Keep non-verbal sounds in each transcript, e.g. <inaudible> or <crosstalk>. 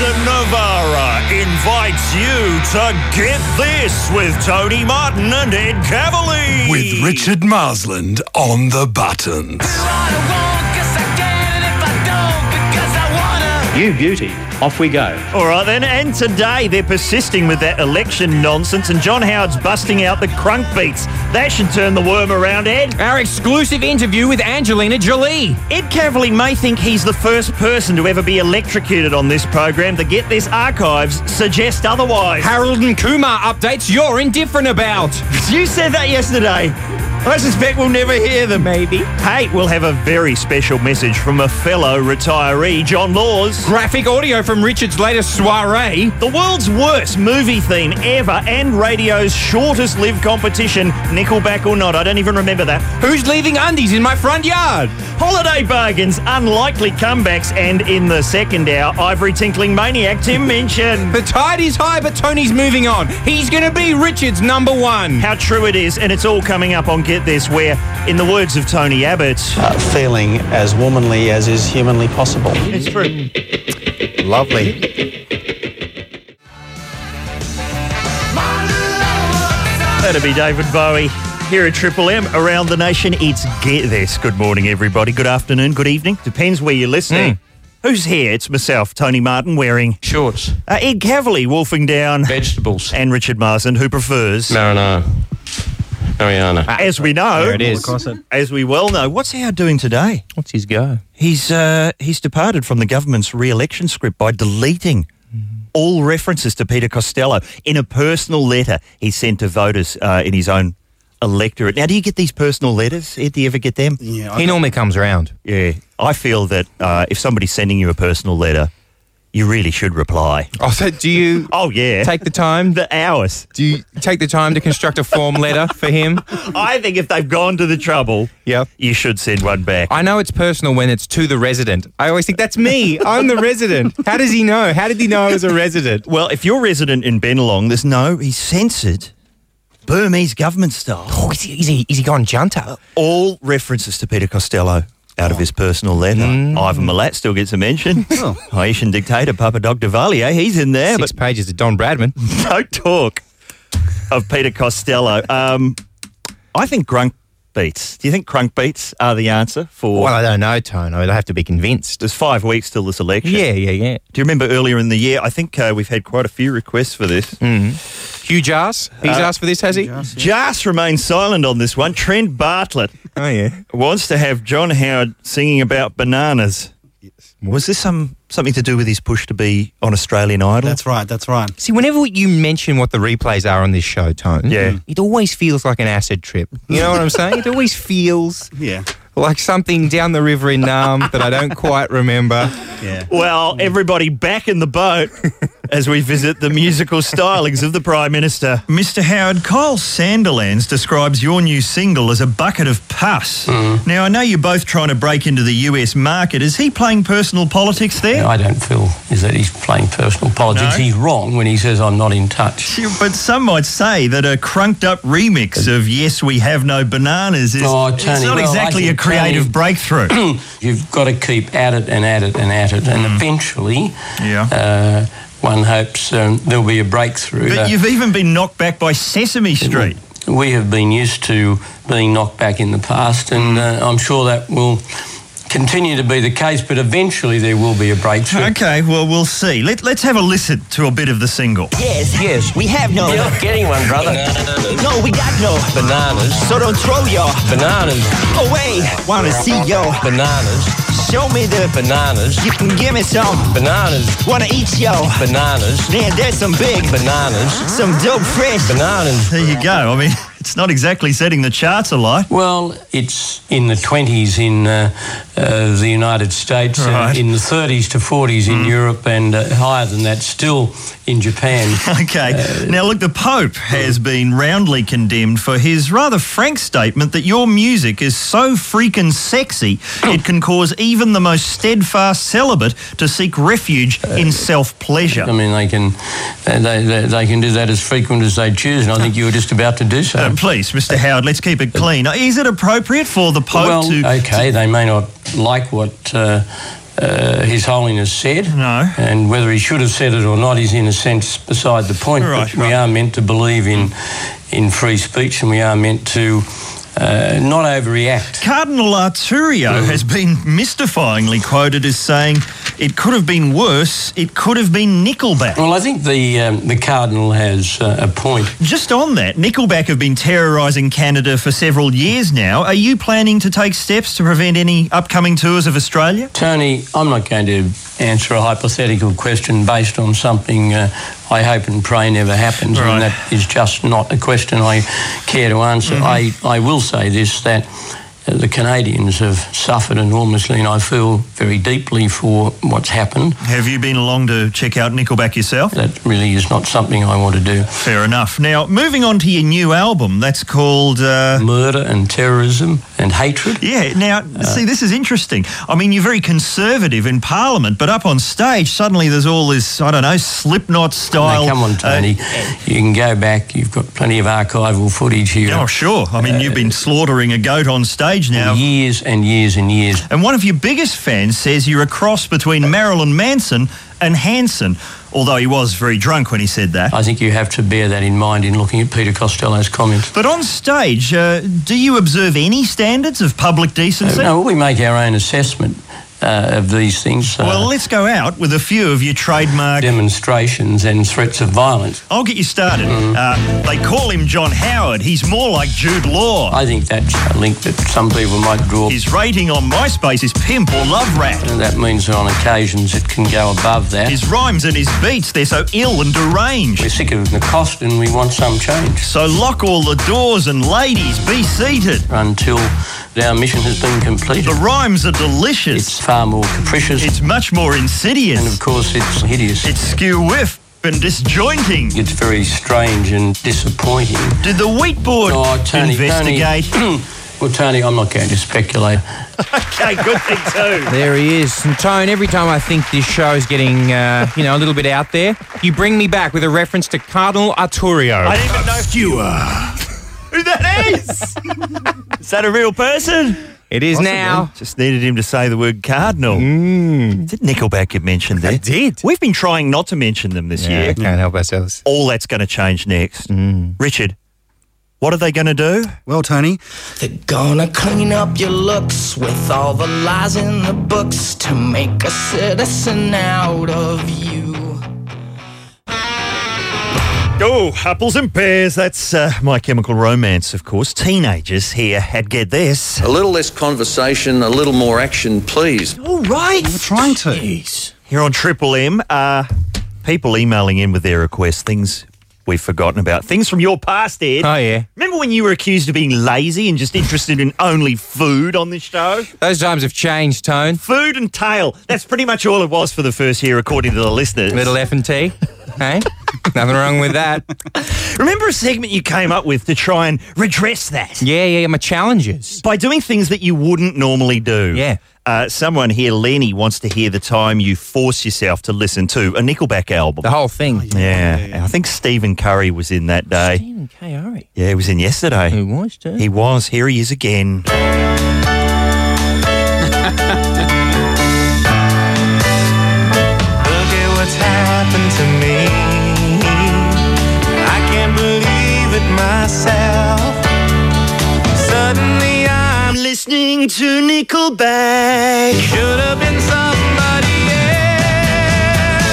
of Navarra invites you to Get This with Tony Martin and Ed Cavalier. With Richard Marsland on the buttons. You beauty. Off we go. All right then, and today they're persisting with that election nonsense, and John Howard's busting out the crunk beats. That should turn the worm around, Ed. Our exclusive interview with Angelina Jolie. Ed Cavalier may think he's the first person to ever be electrocuted on this program. The Get This archives suggest otherwise. Harold and Kumar updates you're indifferent about. You said that yesterday. I suspect we'll never hear them. Maybe. Hey, we'll have a very special message from a fellow retiree, John Laws. Graphic audio from Richard's latest soiree. The world's worst movie theme ever and radio's shortest lived competition, Nickelback or not, I don't even remember that. Who's leaving undies in my front yard? Holiday bargains, unlikely comebacks, and in the second hour, Ivory Tinkling Maniac Tim mentioned The tide is high, but Tony's moving on. He's going to be Richard's number one. how true it is, and it's all coming up on Get This, where, in the words of Tony Abbott, uh, feeling as womanly as is humanly possible. it's true. Lovely. That'd be David Bowie. Here at Triple M, around the nation, it's Get This. Good morning, everybody. Good afternoon, good evening. Depends where you're listening. Who's here? It's myself, Tony Martin, wearing Hmm. Shorts, uh, Ed Cavalier, wolfing down, vegetables, and Richard Marsden, who prefers, marinara, Mariana. as we know, Ah, There it is. as we well know, what's Howard doing today? What's his go? He's uh, he's departed from the government's re-election script by deleting all references to Peter Costello in a personal letter he sent to voters uh, in his own electorate. Now, do you get these personal letters? Ed, do you ever get them? He normally comes around. Yeah, I feel that uh, if somebody's sending you a personal letter, you really should reply. Oh, so do you <laughs> Oh yeah, take the time? the hours. Do you take the time to construct a form letter for him? <laughs> I think if they've gone to the trouble, Yep. you should send one back. I know it's personal when it's to the resident. I always think that's me. <laughs> I'm the <laughs> resident. How does <laughs> he know? How did he know I was a resident? Well, if you're resident in Benelong, there's no he's censored Burmese government style. Oh, is he, is he, is he gone junta? All references to Peter Costello out of his personal letter. Mm. Ivan Milat still gets a mention. Haitian dictator Papa Dog Duvalier, he's in there, Oh. Six but pages to Don <laughs> Bradman. no talk of Peter Costello. Um, I think crunk beats. Do you think crunk beats are the answer for? Well, I don't know, Tone. I mean, I have to be convinced. there's five weeks till this election. Yeah, yeah, yeah. Do you remember earlier in the year? I think uh, we've had quite a few requests for this. Mm-hmm. Hugh Jars. He's asked for this, has he? Oh, Jas remains silent on this one. Trent Bartlett Oh, yeah. wants to have John Howard singing about bananas. Was this some something to do with his push to be on Australian Idol? That's right, that's right. See, whenever you mention what the replays are on this show, Tone, Yeah. it always feels like an acid trip. You know what I'm saying? <laughs> It always feels Yeah, like something down the river in Nam that I don't quite remember. yeah. Well, everybody back in the <laughs> boat as we visit the musical stylings of the Prime Minister. Mr. Howard, Kyle Sanderlands describes your new single as a bucket of pus. Mm-hmm. Now, I know you're both trying to break into the US market. Is he playing personal politics there? I don't feel is that he's playing personal politics. No? He's wrong when he says I'm not in touch. <laughs> But some might say that a crunked up remix of Yes We Have No Bananas is Oh, it's Tony, not well, I exactly a think creative Tony- breakthrough. <clears throat> You've got to keep at it and at it and at it, and eventually, Mm. Yeah. uh, one hopes um, there'll be a breakthrough. Uh, but you've even been knocked back by Sesame Street. we have been used to being knocked back in the past, and Mm. uh, I'm sure that will continue to be the case. But eventually, there will be a breakthrough. Okay, well, we'll see. Let, let's have a listen to a bit of the single. <laughs> Yes, yes, we have no. You're not getting one, brother. No, we got no. Bananas, So don't throw your bananas, away. Wanna see yo? bananas, Show me the. bananas, You can give me some. bananas, Wanna eat yo? bananas, Man, there's some big, bananas, some dope fresh. bananas. There you go. I mean, it's not exactly setting the charts alight. Well, it's in the 20s in uh, uh, the United States, and Right. in the 30s to 40s in Europe, and uh, higher than that still in Japan. <laughs> Okay. now, look, the Pope has been roundly condemned for his rather frank statement that your music is so freaking sexy it can cause even the most steadfast celibate to seek refuge in self pleasure. I mean, they can uh, they, they, they can do that as frequent as they choose, and I think you were just about to do so. Uh, please, Mr. Howard, let's keep it clean. Is it appropriate for the Pope well, to. okay, they may not like what uh, uh, His Holiness said. No. And whether he should have said it or not is, in a sense, beside the point. Right, but we are meant to believe in in free speech, and we are meant to uh, not overreact. Mm-hmm. Cardinal Arturio has been mystifyingly quoted as saying, it could have been worse, it could have been Nickelback. Well, I think the um, the cardinal has uh, a point. Just on that, Nickelback have been terrorising Canada for several years now. Are you planning to take steps to prevent any upcoming tours of Australia? Tony, I'm not going to answer a hypothetical question based on something uh, I hope and pray never happens, and that is just not a question I care to answer. Mm-hmm. I, I will say this that uh, the Canadians have suffered enormously, and I feel very deeply for what's happened. Have you been along to check out Nickelback yourself? That really is not something I want to do. Fair enough. Now, moving on to your new album, that's called uh... Murder and Terrorism and Hatred. Uh, Yeah, now, see, this is interesting. I mean, you're very conservative in Parliament, but up on stage, suddenly there's all this, I don't know, slipknot style. uh, Now, come on, Tony. you can go back. You've got plenty of archival footage here. Uh, Oh, sure. I mean, you've been slaughtering a goat on stage now. Years and years and years. And one of your biggest fans says you're a cross between Marilyn Manson and Hanson, although he was very drunk when he said that. I think you have to bear that in mind in looking at Peter Costello's comments. But on stage, uh, do you observe any standards of public Uh, decency? no, we make our own assessment uh, of these things. uh, Well, let's go out with a few of your trademark. demonstrations and threats of violence. Mm-hmm. I'll get you started. Uh, they call him John Howard. He's more like Jude Law. I think that's a link that some people might draw. His rating on MySpace is pimp or love rat. That means that on occasions it can go above that. His rhymes and his beats, they're so ill and deranged. We're sick of the cost and we want some change So lock all the doors and ladies, be seated. until our mission has been The completed. rhymes are delicious. It's far more capricious It's much more insidious. and, of course, it's hideous. it's skew whiff and disjointing. It's very strange and disappointing. Did the wheat board Oh, Tony, investigate? <clears throat> Tony. <clears throat> well, Tony, I'm not going to speculate. okay, good thing too. There he is. And Tone, every time I think this show is getting, uh, you know, a little bit out there, you bring me back with a reference to Cardinal Arturio. I didn't even uh, know Skewer. who <laughs> that is. is that a real person? it is now. Mm. Just needed him to say the word cardinal. Did Nickelback get mentioned there? They did. We've been trying not to mention them this Yeah, year. Mm. can't help ourselves. All that's going to change next. Mm. Richard, what are they going to do? Well, Tony, They're gonna clean up your looks with all the lies in the books to make a citizen out of you. Oh, apples and pears. That's uh, My Chemical Romance, of course. Teenagers here had get this. A little less conversation, a little more action, please. All right. we're trying to. Jeez. Here on Triple M, uh, people emailing in with their requests, things we've forgotten about, things from your past, Ed. Oh, yeah. Remember when you were accused of being lazy and just interested in only food on this show? Those times have changed, Tone. Food and tail. That's pretty much all it was for the first year, according to the listeners. Little F and T. Hey? Nothing wrong with that. Remember a segment you came up with to try and redress that? Yeah, yeah, my challenges. By doing things that you wouldn't normally do. Yeah. Uh, someone here, Lenny, wants to hear the time you force yourself to listen to a Nickelback album. The whole thing. yeah. I think Stephen Curry was in that day. Stephen K. Ari. Yeah, he was in yesterday. Who watched it? He was. Here he is again. Look at what's happened to me. I can't believe it myself. Suddenly I'm I'm listening to Nickelback. should have been somebody else.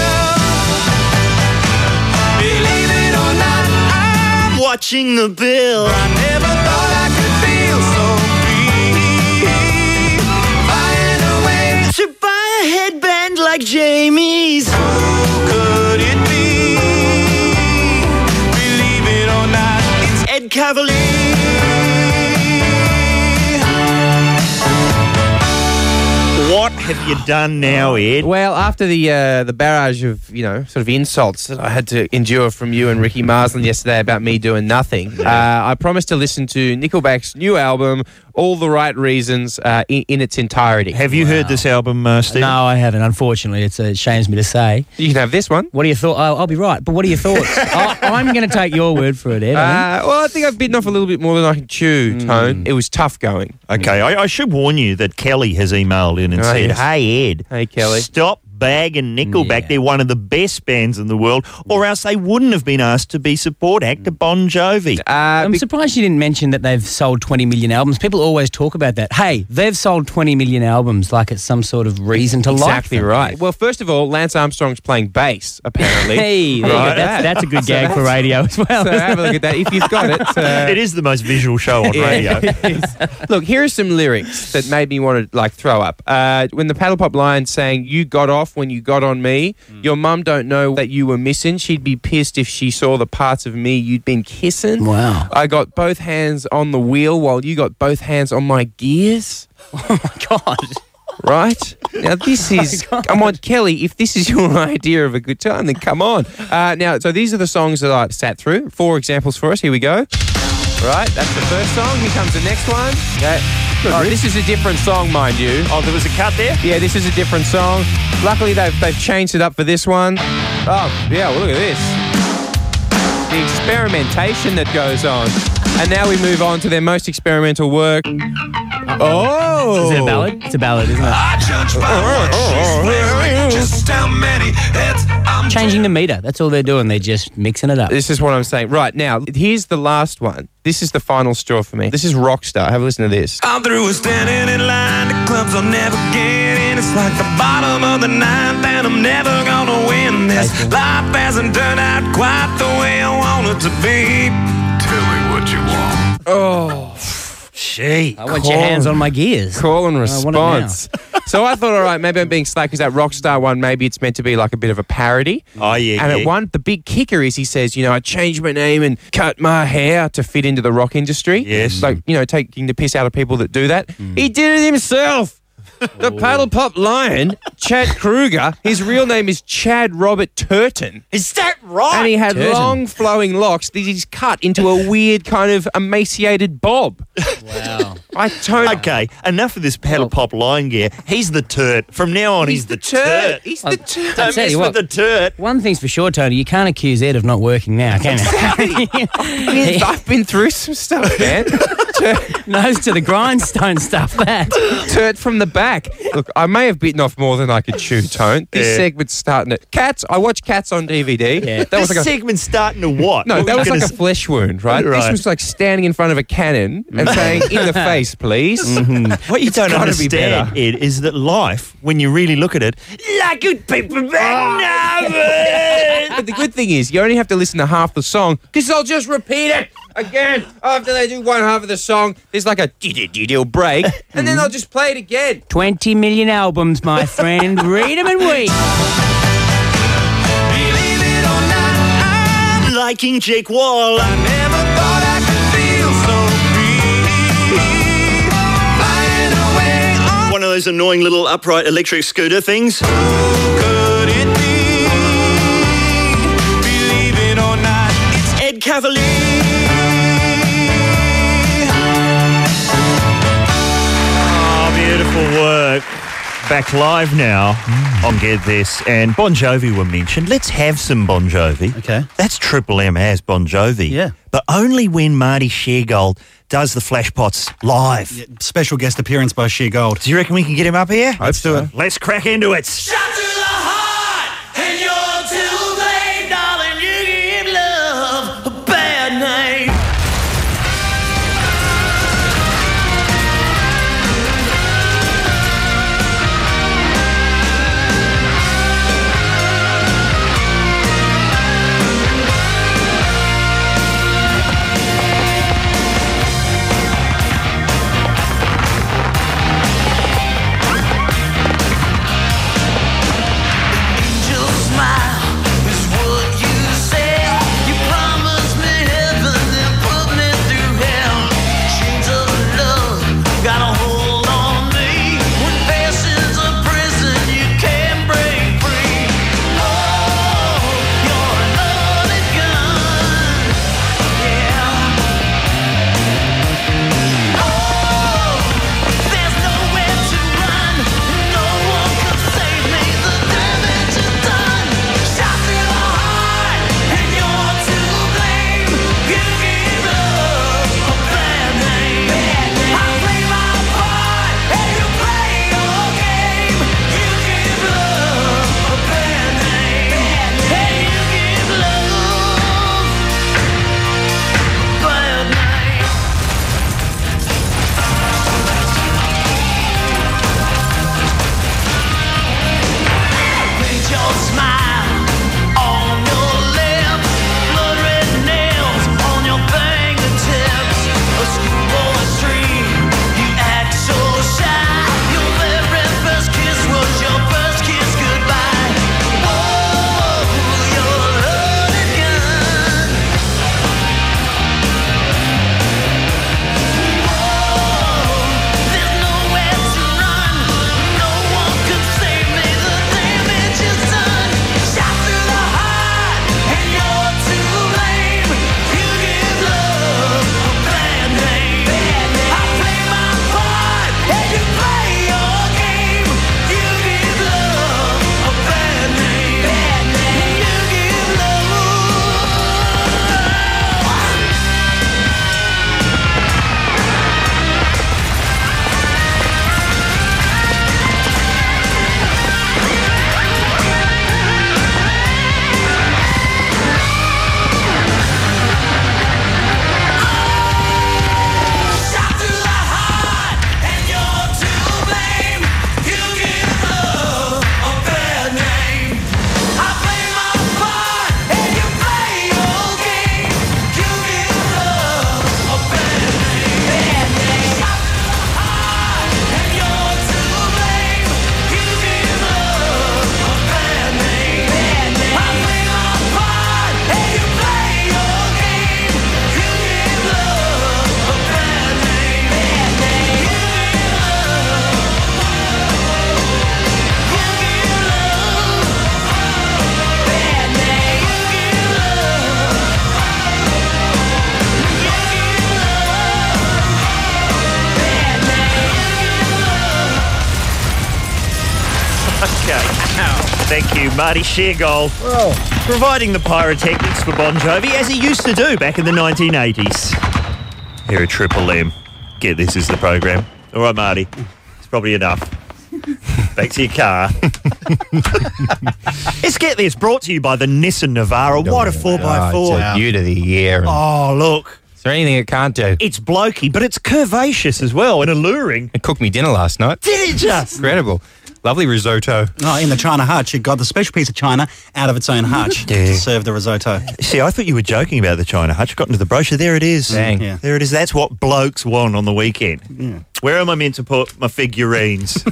Believe it or not, I Watching the bill. never thought I could feel so free. Flying away, To buy a headband like Jamie's. could it be? Believe it or not, it's Ed Cavalier. What have you done now, Ed? Well, after the uh, the barrage of you know sort of insults that I had to endure from you and Ricky Marsland yesterday about me doing nothing, uh, I promised to listen to Nickelback's new album all the right reasons uh, in, in its entirety. Have you heard this album, uh, Steve? No, I haven't. Unfortunately, it's a, it shames me to say. You can have this one. What are your thoughts? Oh, I'll be right. But what are your thoughts? <laughs> I, I'm going to take your word for it, eh? Ed. Uh, well, I think I've bitten off a little bit more than I can chew, Hmm. Tone. It was tough going. Okay, I, I should warn you that Kelly has emailed in and Oh, said, yes. "Hey Ed, hey Kelly, stop bagging Nickelback. They're one of the best bands in the world, or else they wouldn't have been asked to be support act to Bon Jovi." Uh, I'm surprised you didn't mention that they've sold 20 million albums. People always talk about that. Hey, they've sold 20 million albums like it's some sort of reason to like exactly them. right. Well, first of all, Lance Armstrong's playing bass <laughs> apparently. Hey, there you go. that's, that's a good <laughs> So gag for that's- radio as well. So have a look at that if you've got <laughs> it. uh, it is the most visual show <laughs> on Yeah. radio. Look, here are some lyrics that made me want to like throw up. Uh, when the paddle pop lion sang, "You got off when you got on me," Hmm. your mum don't know that you were missing. She'd be pissed if she saw the parts of me you'd been kissing. Wow. I got both hands on the wheel while you got both hands on my gears. <laughs> Oh my god. Oh Right <laughs> now, this is come on, Kelly. If this is your <laughs> idea of a good time, then come on. Uh, now, so these are the songs that I sat through. Four examples for us. Here we go. Right, that's the first song. Here comes the next one. Okay. Oh, this is a different song, mind you. Oh, there was a cut there. Yeah, this is a different song. Luckily, they've they've changed it up for this one. Oh, yeah. Well, look at this. The experimentation that goes on, and now we move on to their most experimental work. Is Oh, it a ballad? It's a ballad, isn't it? Changing the meter. That's all they're doing. They're just mixing it up. This is what I'm saying. Right now, here's the last one. This is the final straw for me. This is Rockstar. Have a listen to this. I'm through with standing in line to clubs I'll never get in. It's like the bottom of the ninth, and I'm never gonna win this. Life hasn't turned out quite the way I want it to be. Tell me what you want. Oh, gee. I want your hands on my gears. Call and I want it now. response. so I thought, all right, maybe I'm being slack because that Rockstar one, maybe it's meant to be like a bit of a parody. Oh yeah, and yeah. at one, the big kicker is he says, you know, I changed my name and cut my hair to fit into the rock industry. Yes. Mm. Like, you know, taking the piss out of people that do that. He did it himself. The paddle pop lion, Chad Kruger, his real name is Chad Robert Turton. Is that right? And he had Turton. long flowing locks that he's cut into a weird kind of emaciated bob. Wow. I don't. Okay, enough of this paddle pop line gear. He's the turt. From now on, he's, the, turt. He's I- the tur- Don't tell mess you with what. the turt. One thing's for sure, Tony. You can't accuse Ed of not working now, can <laughs> you? I've been through some stuff, man. Tur- Nose to the grindstone stuff. That. Turt from the back. Look, I may have bitten off more than I could chew, Tone. This Yeah. segment's starting at Cats. I watched Cats on DVD. Yeah. That was this like a. segment's starting to what? No, What that were was you like a gonna flesh wound, right? This Right. was like standing in front of a cannon and saying, <laughs> "In the face, please." <laughs> s- Mm-hmm. what you don't gotta be understand, Ed, is that life, when you really look at it, like good people But the good thing is, you only have to listen to half the song because they'll just repeat it again after they do one half of the song. There's like a dee-dee-dee-dee break, and then they'll just play it again. 20 million albums, my <laughs> friend. Read them and weep. Believe it or not, I <laughs> liking Jake Wall. never thought I could feel so free. Flying away, oh, One of those annoying little upright electric scooter things. Oh, who could it be? Believe it or not, it's Ed Cavalier. Oh, beautiful work. Back live now on Get This, and Bon Jovi were mentioned. Let's have some Bon Jovi. Okay. That's Triple M as Bon Jovi. Yeah. But only when Marty Sheargold does the flashpots live. Special guest appearance by Sheer Gold. Do you reckon we can get him up here? Let's do it. Let's crack into it. shot to the heart, and you're to blame, darling. You give love a bad name. Oh. Okay. Thank you, Marty Sheargold. Providing the pyrotechnics for Bon Jovi as he used to do back in the 1980s. Here at Triple M. Get this is the program. All right, Marty. It's probably enough. Back to your <laughs> car. Let's get this brought to you by the Nissan Navara. What a 4x4. you to the year. Oh, look. Is there anything it can't do? It's blokey, but it's curvaceous as well and alluring. It cooked me dinner last night. Did it just? Incredible. Lovely risotto. Oh, in the China hutch, it got the special piece of China out of its own hutch to serve the risotto. See, I thought you were joking about the China Hutch. Got into the brochure. There it is. Dang. Yeah. There it is. That's what blokes want on the weekend. Where am I meant to put <laughs> my figurines?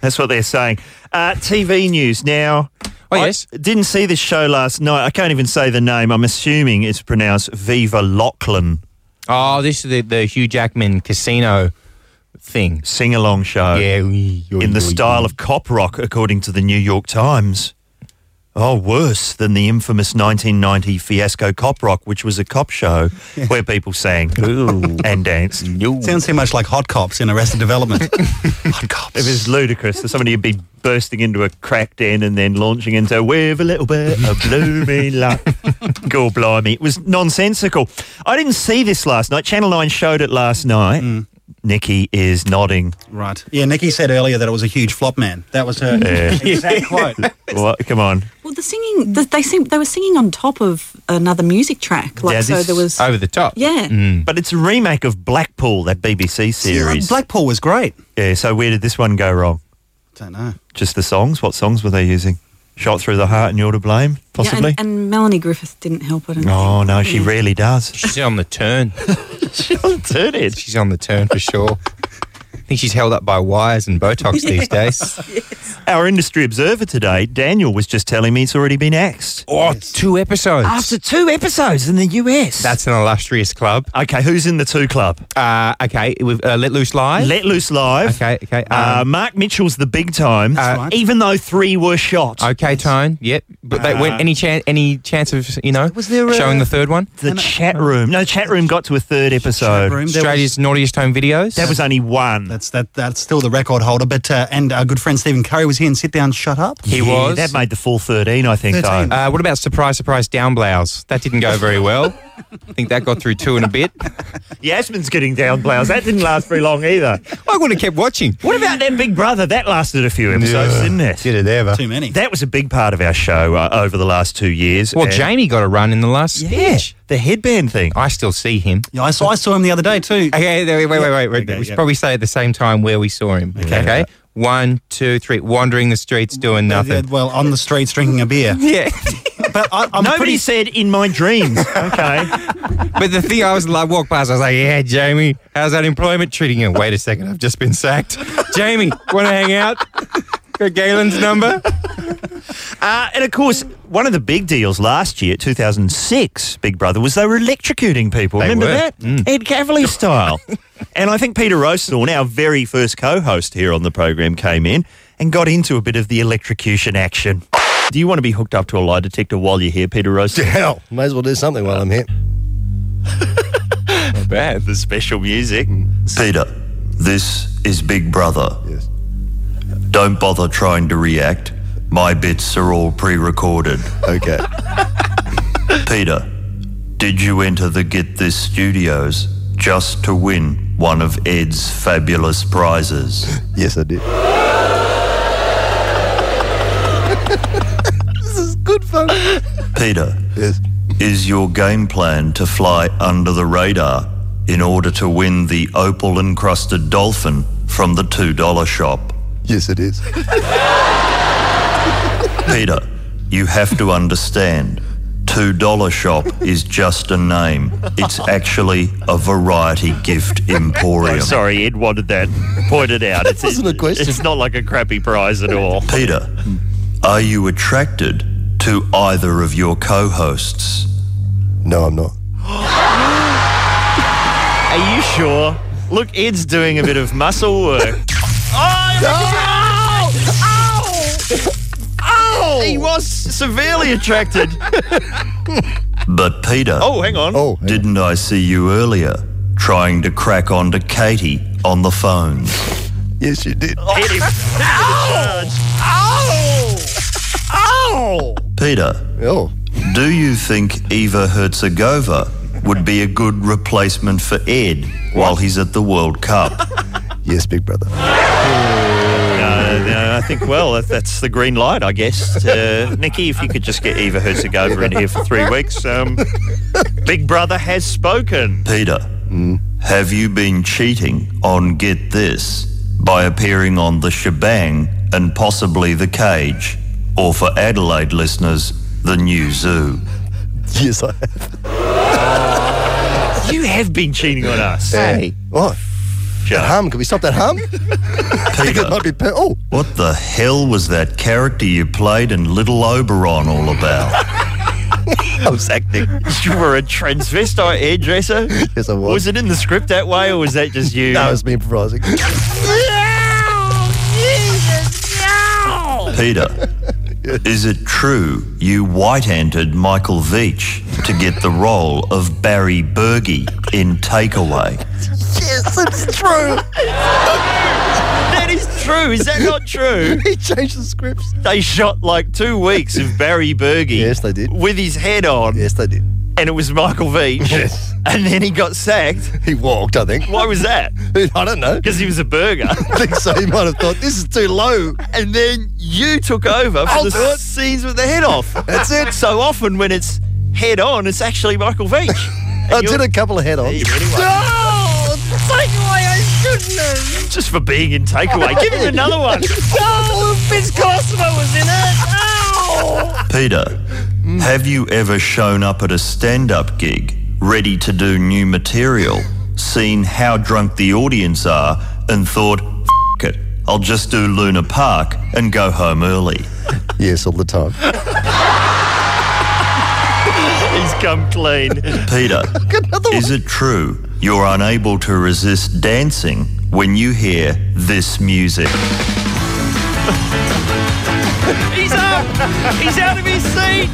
That's what they're saying. Uh, TV news now. Oh, yes. I didn't see this show last night. I can't even say the name. I'm assuming it's pronounced Viva Lachlan. Oh, this is the, the Hugh Jackman casino thing. Sing along show. Yeah. in the style of cop rock, according to the New York Times. Oh, worse than the infamous 1990 fiasco Cop Rock, which was a cop show where people sang and danced. Sounds too much like hot cops in Arrested Development. <laughs> It was ludicrous. that Somebody would be bursting into a crack den and then launching into with a little bit of <laughs> blooming luck. God blimey. It was nonsensical. I didn't see this last night. Channel 9 showed it last night. Mm. Nikki is nodding. right. Yeah, Nikki said earlier that it was a huge flop, man. That was her Yeah. <laughs> exact quote. What? Come on. Well, the singing, th they seem they were singing on top of another music track. Like Yeah, so, this there was is over the top. Mm. Yeah. Mm. But it's a remake of Blackpool, that BBC series. uh, Blackpool was great. yeah, so where did this one go wrong? Don't know. Just the songs? What songs were they using? Shot Through the Heart and You're to Blame, possibly? Yeah, and, and Melanie Griffith didn't help it. I don't oh, think. no, she Yeah. really does. She's on the turn. <laughs> she's on the turn, Ed. She's on the turn for sure. I think she's held up by wires and <laughs> Botox these days. Our industry observer today, Daniel, was just telling me it's already been axed. Oh, two episodes. After two episodes in the US. That's an illustrious club. Okay, who's in the two club? Uh, okay, with uh, Let Loose Live. Let Loose Live. Okay, okay. um, uh, Mark Mitchell's the big time, even though three were shot. Okay, Tone. Yep. But they, when, Uh, any chance? Any chance of you know Was there, uh, showing the third one? The chat room. No, chat room got to a third episode. Australia's naughtiest home videos. That was only one. That's that. That's still the record holder. But uh, and our good friend Stephen Curry was here and sit down, shut up. He was. That made the full 13, I think, though. Uh, what about surprise, surprise, down blouse? That didn't go very <laughs> well. I think that got through two and a bit. Yasmin's getting down blouse. That didn't last very long either. I would have kept watching. What about then Big Brother? That lasted a few episodes, Yeah. didn't it? Did it ever? Too many. That was a big part of our show uh, over the last two years. Well, and- Jamie got a run in the last Yeah, speech. the headband thing. I still see him. Yeah, I saw. I saw him the other day too. Okay, there- wait, wait, wait, wait. Okay, we should yeah. probably say at the same time where we saw him. Okay. One, two, three. Wandering the streets, doing Uh, nothing. Well, on the streets drinking a beer. <laughs> Yeah. But I, I'm Nobody pretty. said in <laughs> my dreams. okay. But the thing I was like, walk past, I was like, yeah, Jamie, how's that employment treating you? Wait a second, I've just been sacked. <laughs> Jamie, want to hang out? Got Galen's number? Uh, and of course, one of the big deals last year, 2006, Big Brother, was they were electrocuting people. They Remember were. Mm. that? Ed Cavalier style. <laughs> and I think Peter Rosenthal, our very first co host here on the program, came in and got into a bit of the electrocution action. Do you want to be hooked up to a lie detector while you're here, <laughs> Peter Rosenthal? Hell, may <laughs> as well do something while I'm here. Not bad. The special music. Peter, this is Big Brother. Yes. Don't bother trying to react. My bits are all pre recorded. Okay. <laughs> Peter, did you enter the Get This Studios just to win one of Ed's fabulous prizes? Yes, I did. Peter, is your game plan to fly under the radar in order to win the opal encrusted dolphin from the $2 shop? Yes, it is. <laughs> Peter, you have to understand. $2 shop is just a name. It's actually a variety gift emporium. <laughs> Sorry, Ed wanted that pointed out. It's, wasn't a question. It's not like a crappy prize at all. Peter, are you attracted to either of your co hosts? No, I'm not. Are you sure? Look, Ed's doing a bit of muscle work. Oh! He was severely attracted. But Peter, Oh, hang on. Oh, didn't I see you earlier trying to crack onto Katie on the phone? Yes, you did. Hit him. Oh! Oh! Peter, Oh. do you think Eva Herzegovina would be a good replacement for Ed while he's at the World Cup? Yes, big brother. No, no, I think, well, that- that's the green light, I guess. Uh, Nikki, if you could just get Eva Herzegovina in here for three weeks. Um, Big Brother has spoken. Peter, have you been cheating on <laughs> Get This by appearing on The Shebang and possibly The Cage? Or for Adelaide listeners, The New Zoo? Yes, I have. You have been cheating on us. Hey. What? Joe. That hum. Can we stop that <laughs> hum? Peter, oh. what the hell was that character you played in Little Oberon all about? <laughs> I was acting. <laughs> You were a transvestite hairdresser? Yes, I was. Was it in the script that way, or was that just you? No, it's me improvising. <laughs> Peter, is it true you white-anted Michael Veach to get the role of Barry Berge in Takeaway? Yes, it's true. that is true. Is that not true? <laughs> he changed the scripts. They shot like two weeks of Barry Berge. Yes, they did. With his head on. Yes, they did. And it was Michael Veach. Yes. And then he got sacked. He walked, I think. Why was that? <laughs> I don't know. Because he was a burger. <laughs> I think so. He might have thought this is too low. And then you took over for I'll the do it. scenes with the head off. <laughs> That's it. So often when it's head on, it's actually Michael <laughs> Veach. I did a couple of head ons. <laughs> No! Takeaway, I shouldn't have. Just for being <laughs> in takeaway. Give him another one. No, Vince Cosmo was in it. Ow! Peter, have you ever shown up at a stand-up gig ready to do new material, seen how drunk the audience are, and thought, F- it, I'll just do Luna Park and go home early? Yes, all the time. <laughs> He's come clean. <laughs> Peter, is it true you're unable to resist dancing when you hear this music? He's up. He's out of his seat.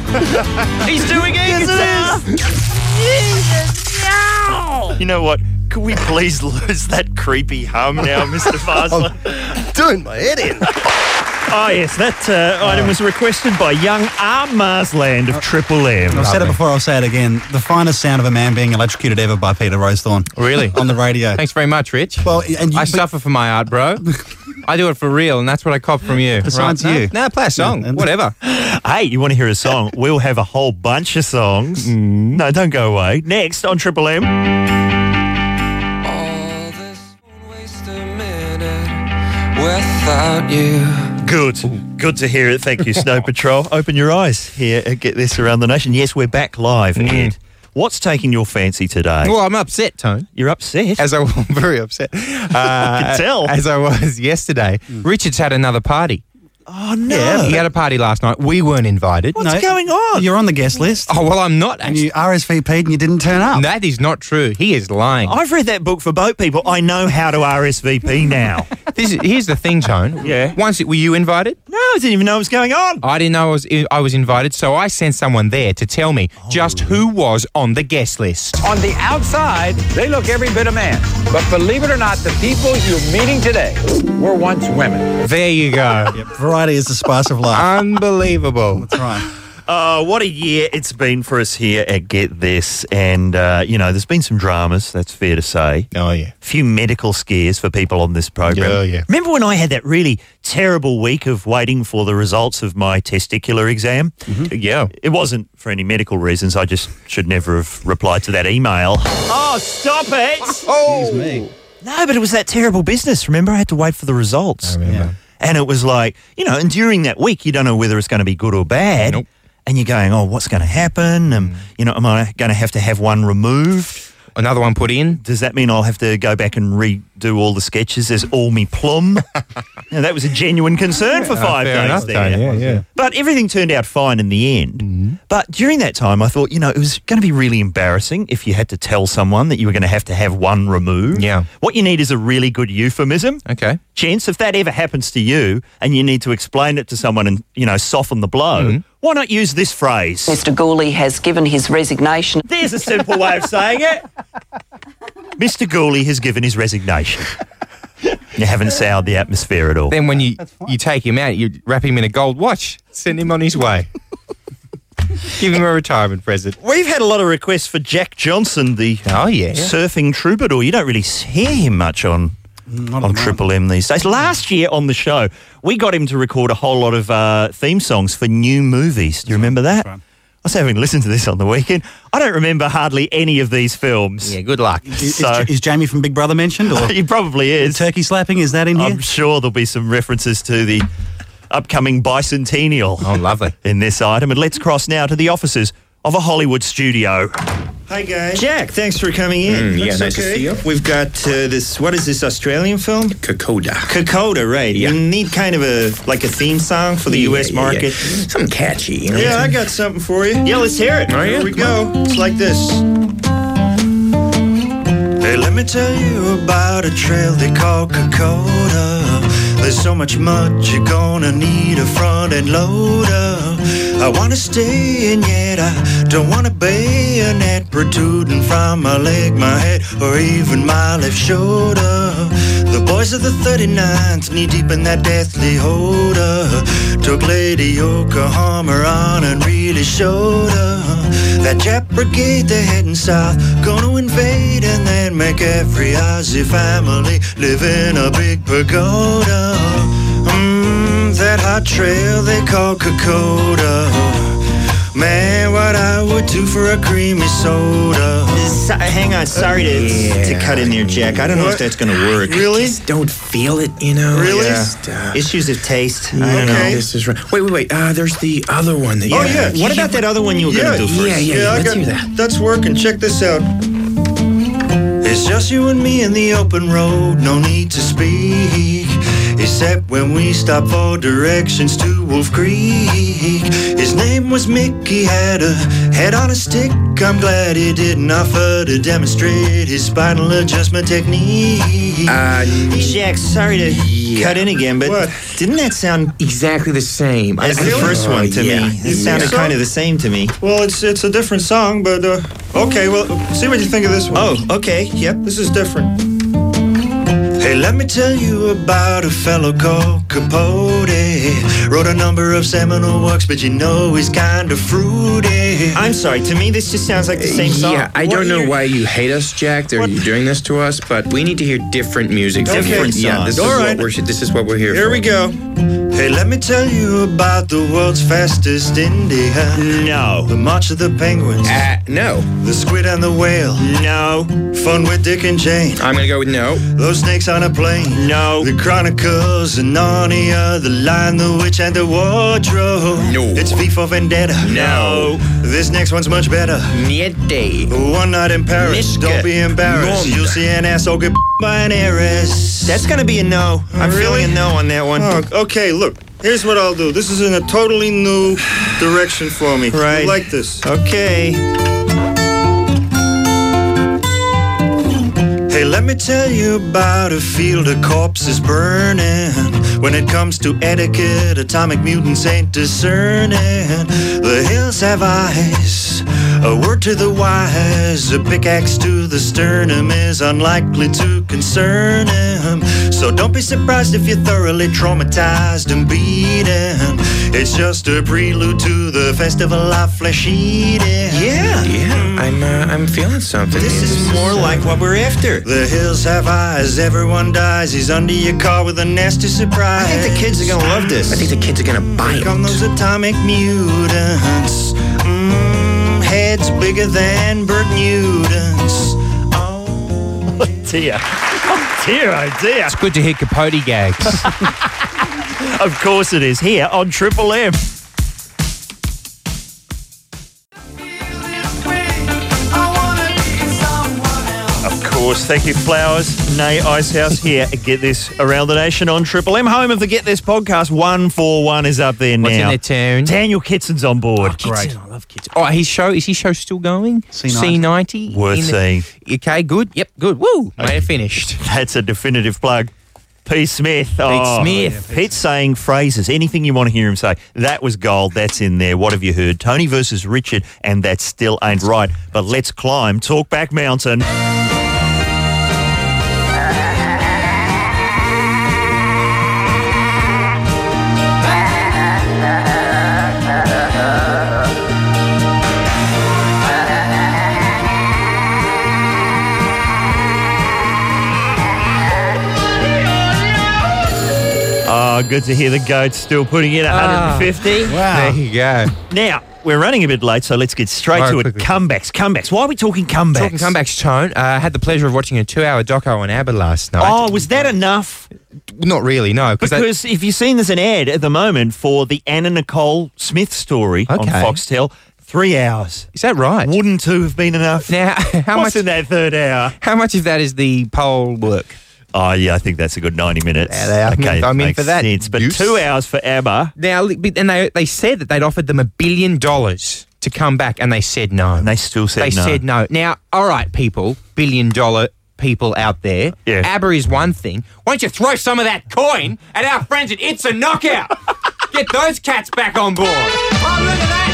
He's doing air guitar. Jesus, no! You know what? Could we please <laughs> lose that creepy hum now, Mr. <laughs> Farsler? doing my head in. Oh, yes, that uh, item was requested by young Arm Marsland Uh, of Triple M. I've said it before, I'll say it again. The finest sound of a man being electrocuted ever by Peter Rosethorne. Really? On the radio. Thanks very much, Rich. Well, and you, I suffer for my art, <laughs> bro. I do it for real, and that's what I cop from you. Besides right? you. No, no, play a song, whatever. <laughs> Hey, you want to hear <laughs> a song? We'll have a whole bunch of songs. Mm. No, don't go away. Next on Triple M. Without you. Good. Good to hear it. Thank <laughs> you, Snow Patrol. Open your eyes here at Get This Around the Nation. Yes, we're back live. Ed, what's taking your fancy today? Mm. Well, I'm upset, Tone. You're upset? As I was <laughs> very <laughs> upset. Uh, can tell. As I was yesterday. Mm. Richard's had another party. Oh, no. He had a party last night. We weren't invited. What's going on? You're on the guest list. Oh, well, I'm not And you RSVP'd and you didn't turn up. That is not true. He is lying. Oh. I've read that book for boat people. I know how to RSVP now. <laughs> This is, here's the thing, Tone. Yeah. Once it, were you invited? no, I didn't even know what was going on. I didn't know I was I was invited, so I sent someone there to tell me Oh, just who was on the guest list. On the outside, they look every bit a man. But believe it or not, the people you're meeting today were once women. There you go. Variety is the spice of life. Unbelievable. That's right. Oh, what a year it's been for us here at Get This. And, uh, you know, there's been some dramas, that's fair to say. Oh, yeah. A few medical scares for people on this program. Yeah, yeah. Remember when I had that really terrible week of waiting for the results of my testicular exam? Mm-hmm. Yeah. It wasn't for any medical reasons. I just should never have replied to that email. Oh, stop it! Oh, No, but it was that terrible business. Remember, I had to wait for the results. And it was like, you know, and during that week, you don't know whether it's going to be good or bad. Nope. Mm. And you're going, oh, what's going to happen? Um, You know, am I going to have to have one removed? another one put in. Does that mean I'll have to go back and redo all the sketches as all me <laughs> plum? now, that was a genuine concern for five Uh, fair days enough, there. Tony, yeah, yeah. But everything turned out fine in the end. Mm-hmm. But during that time, I thought, you know, it was going to be really embarrassing if you had to tell someone that you were going to have to have one removed. Yeah. What you need is a really good euphemism. Okay. Chance, if that ever happens to you and you need to explain it to someone and, you know, soften the blow, Mm-hmm. why not use this phrase? Mr. Gourley has given his resignation. There's a simple way of saying it. Mr. Gourley has given his resignation. You haven't soured the atmosphere at all. <laughs> Then when you you take him out, you wrap him in a gold watch, send him on his way. Give him a retirement present. We've had a lot of requests for Jack Johnson, the oh yeah surfing troubadour. You don't really hear him much on on Triple M these days. Last year on the show, we got him to record a whole lot of uh, theme songs for new movies. Do you remember that? I was having listened to this on the weekend. I don't remember hardly any of these films. Yeah, good luck. Is, is, is Jamie from Big Brother mentioned? Or <laughs> he probably is. turkey slapping is that in here? I'm sure there'll be some references to the upcoming bicentennial. Oh, lovely. <laughs> In this item. And let's cross now to the offices of a Hollywood studio. Hi guys. Jack, thanks for coming in. Mm, yeah, nice to see you. We've got uh, this. What is this Australian film? Kokoda. Kokoda, right? You need kind of a like a theme song for the Yeah, U.S. yeah, yeah. market. Something catchy. You know? Yeah, I got something for you. Yeah, let's hear it. Oh, yeah? Here we go. It's like this. Hey, let me tell you about a trail they call Kokoda. There's so much mud you're gonna need a front end loader. I wanna stay and yet I don't wanna bayonet protruding from my leg, my head, or even my left shoulder. The boys of the 39th knee deep in that deathly holder. Took Lady Yokohama on and really showed her. That Jap brigade they're heading south, gonna invade and then make every Aussie family live in a big pagoda. Mmm, that hot trail they call Kokoda. Man, what I would do for a creamy soda. So- uh, hang on, sorry to, to cut in there, Jack. I don't know if What? that's going to work. Really? Just don't feel it, you know. Really? Just, uh, Issues of taste. I don't know. okay. This is right. Wait, wait, wait. Uh, there's the other one that. Oh, yeah. What about that other one you were gonna do first? Yeah, yeah. Yeah, I yeah let's got- hear that. That's working. Check this out. It's just you and me in the open road, no need to speak. Except when we stop for directions to Wolf Creek. His name was Mickey, had a head on a stick. I'm glad he didn't offer to demonstrate his spinal adjustment technique. Uh, Jack, sorry to cut in again, but didn't that sound exactly the same as the first one to me? It sounded kind of the same to me. Well, it's it's a different song, but uh, okay. Well, see what you think of this one. Oh, okay. Yep, this is different. Hey, let me tell you about a fellow called Capote. Wrote a number of seminal works, but you know he's kind of fruity. I'm sorry. To me, this just sounds like the same song. Yeah, I don't know why you hate us, Jack. That you're doing this to us, but we need to hear different music. Okay. Different Yeah, this is songs. All right. what we're. This is what we're here. Here for. we go. Hey, let me tell you about the world's fastest Indian. No. The March of the Penguins. Uh, no. The Squid and the Whale. No. Fun with Dick and Jane. I'm gonna go with no. Those Snakes on a Plane. No. The Chronicles and Narnia. The Lion, the Witch, and the Wardrobe. No. It's V for Vendetta. No. This next one's much better. Niente. One night in Paris. Mishka. Don't be embarrassed. Nonda. You'll see an asshole get by an heiress. That's gonna be a no. I'm feeling a no on that one. okay, look. Here's what I'll do. This is in a totally new direction for me. Right. like this. Okay. Hey, let me tell you about a field of corpses burning. When it comes to etiquette, atomic mutants ain't discerning. The hills have eyes. A word to the wise, a pickaxe to the sternum is unlikely to concern him. So don't be surprised if you're thoroughly traumatized and beaten. It's just a prelude to the festival of flesh eating. Yeah. Yeah, I'm. Uh, I'm feeling something. This is more like what we're after. The hills have eyes, everyone dies. He's under your car with a nasty surprise. I think the kids are gonna love this. I think the kids are gonna buy it. on those atomic mutants. Mmm, heads bigger than Bermudans. <laughs> Oh, dear. Oh, dear, oh, dear. It's good to hear Capote <laughs> gags. of course it is, here on Triple M. Of course, thank you, Flowers. Nay Icehouse here at Get This Around the Nation on Triple M, home of the Get This podcast. 141 is up there now. What's in the tune? Daniel Kitson's on board. great. Oh, his show is his show still going? C90. C90 Worth In the- seeing. Okay, good. Yep, good. Woo! Made it finished. <laughs> That's a definitive plug. Pete Smith. Oh, Pete Smith. Yeah, Pete's saying phrases. Anything you want to hear him say. That was gold. That's in there. What have you heard? Tony versus Richard, and that still ain't right. But let's climb Talkback Mountain. Ah, good to hear the goat's still putting in 150. Ah. Wow. There you go. Now, we're running a bit late, so let's get straight All right, to it. quickly. Comebacks, comebacks. Why are we talking comebacks? Talking comebacks, Tone. Uh, I had the pleasure of watching a two-hour doco on ABBA last night. Oh, was that enough? Not really, no. that- Because if you've seen there's an ad at the moment for the Anna Nicole Smith story on Okay. Foxtel, three hours. Is that right? Wouldn't two have been <laughs> enough? Now, how much- What's in that third hour? How much of that is the poll work? Oh, yeah, I think that's a good 90 minutes. Yeah, I'm in- okay, I'm in makes for that, sense. But goose. two hours for ABBA. Now, li- but- and they they said that they'd offered them a billion dollars to come back, and they said no. And they still said they no. said no. Now, all right, people, billion dollar people out there, Yeah. ABBA is one thing. Why don't you throw some of that coin at our friends at It's a Knockout? Get those cats back on board. Oh, look at that!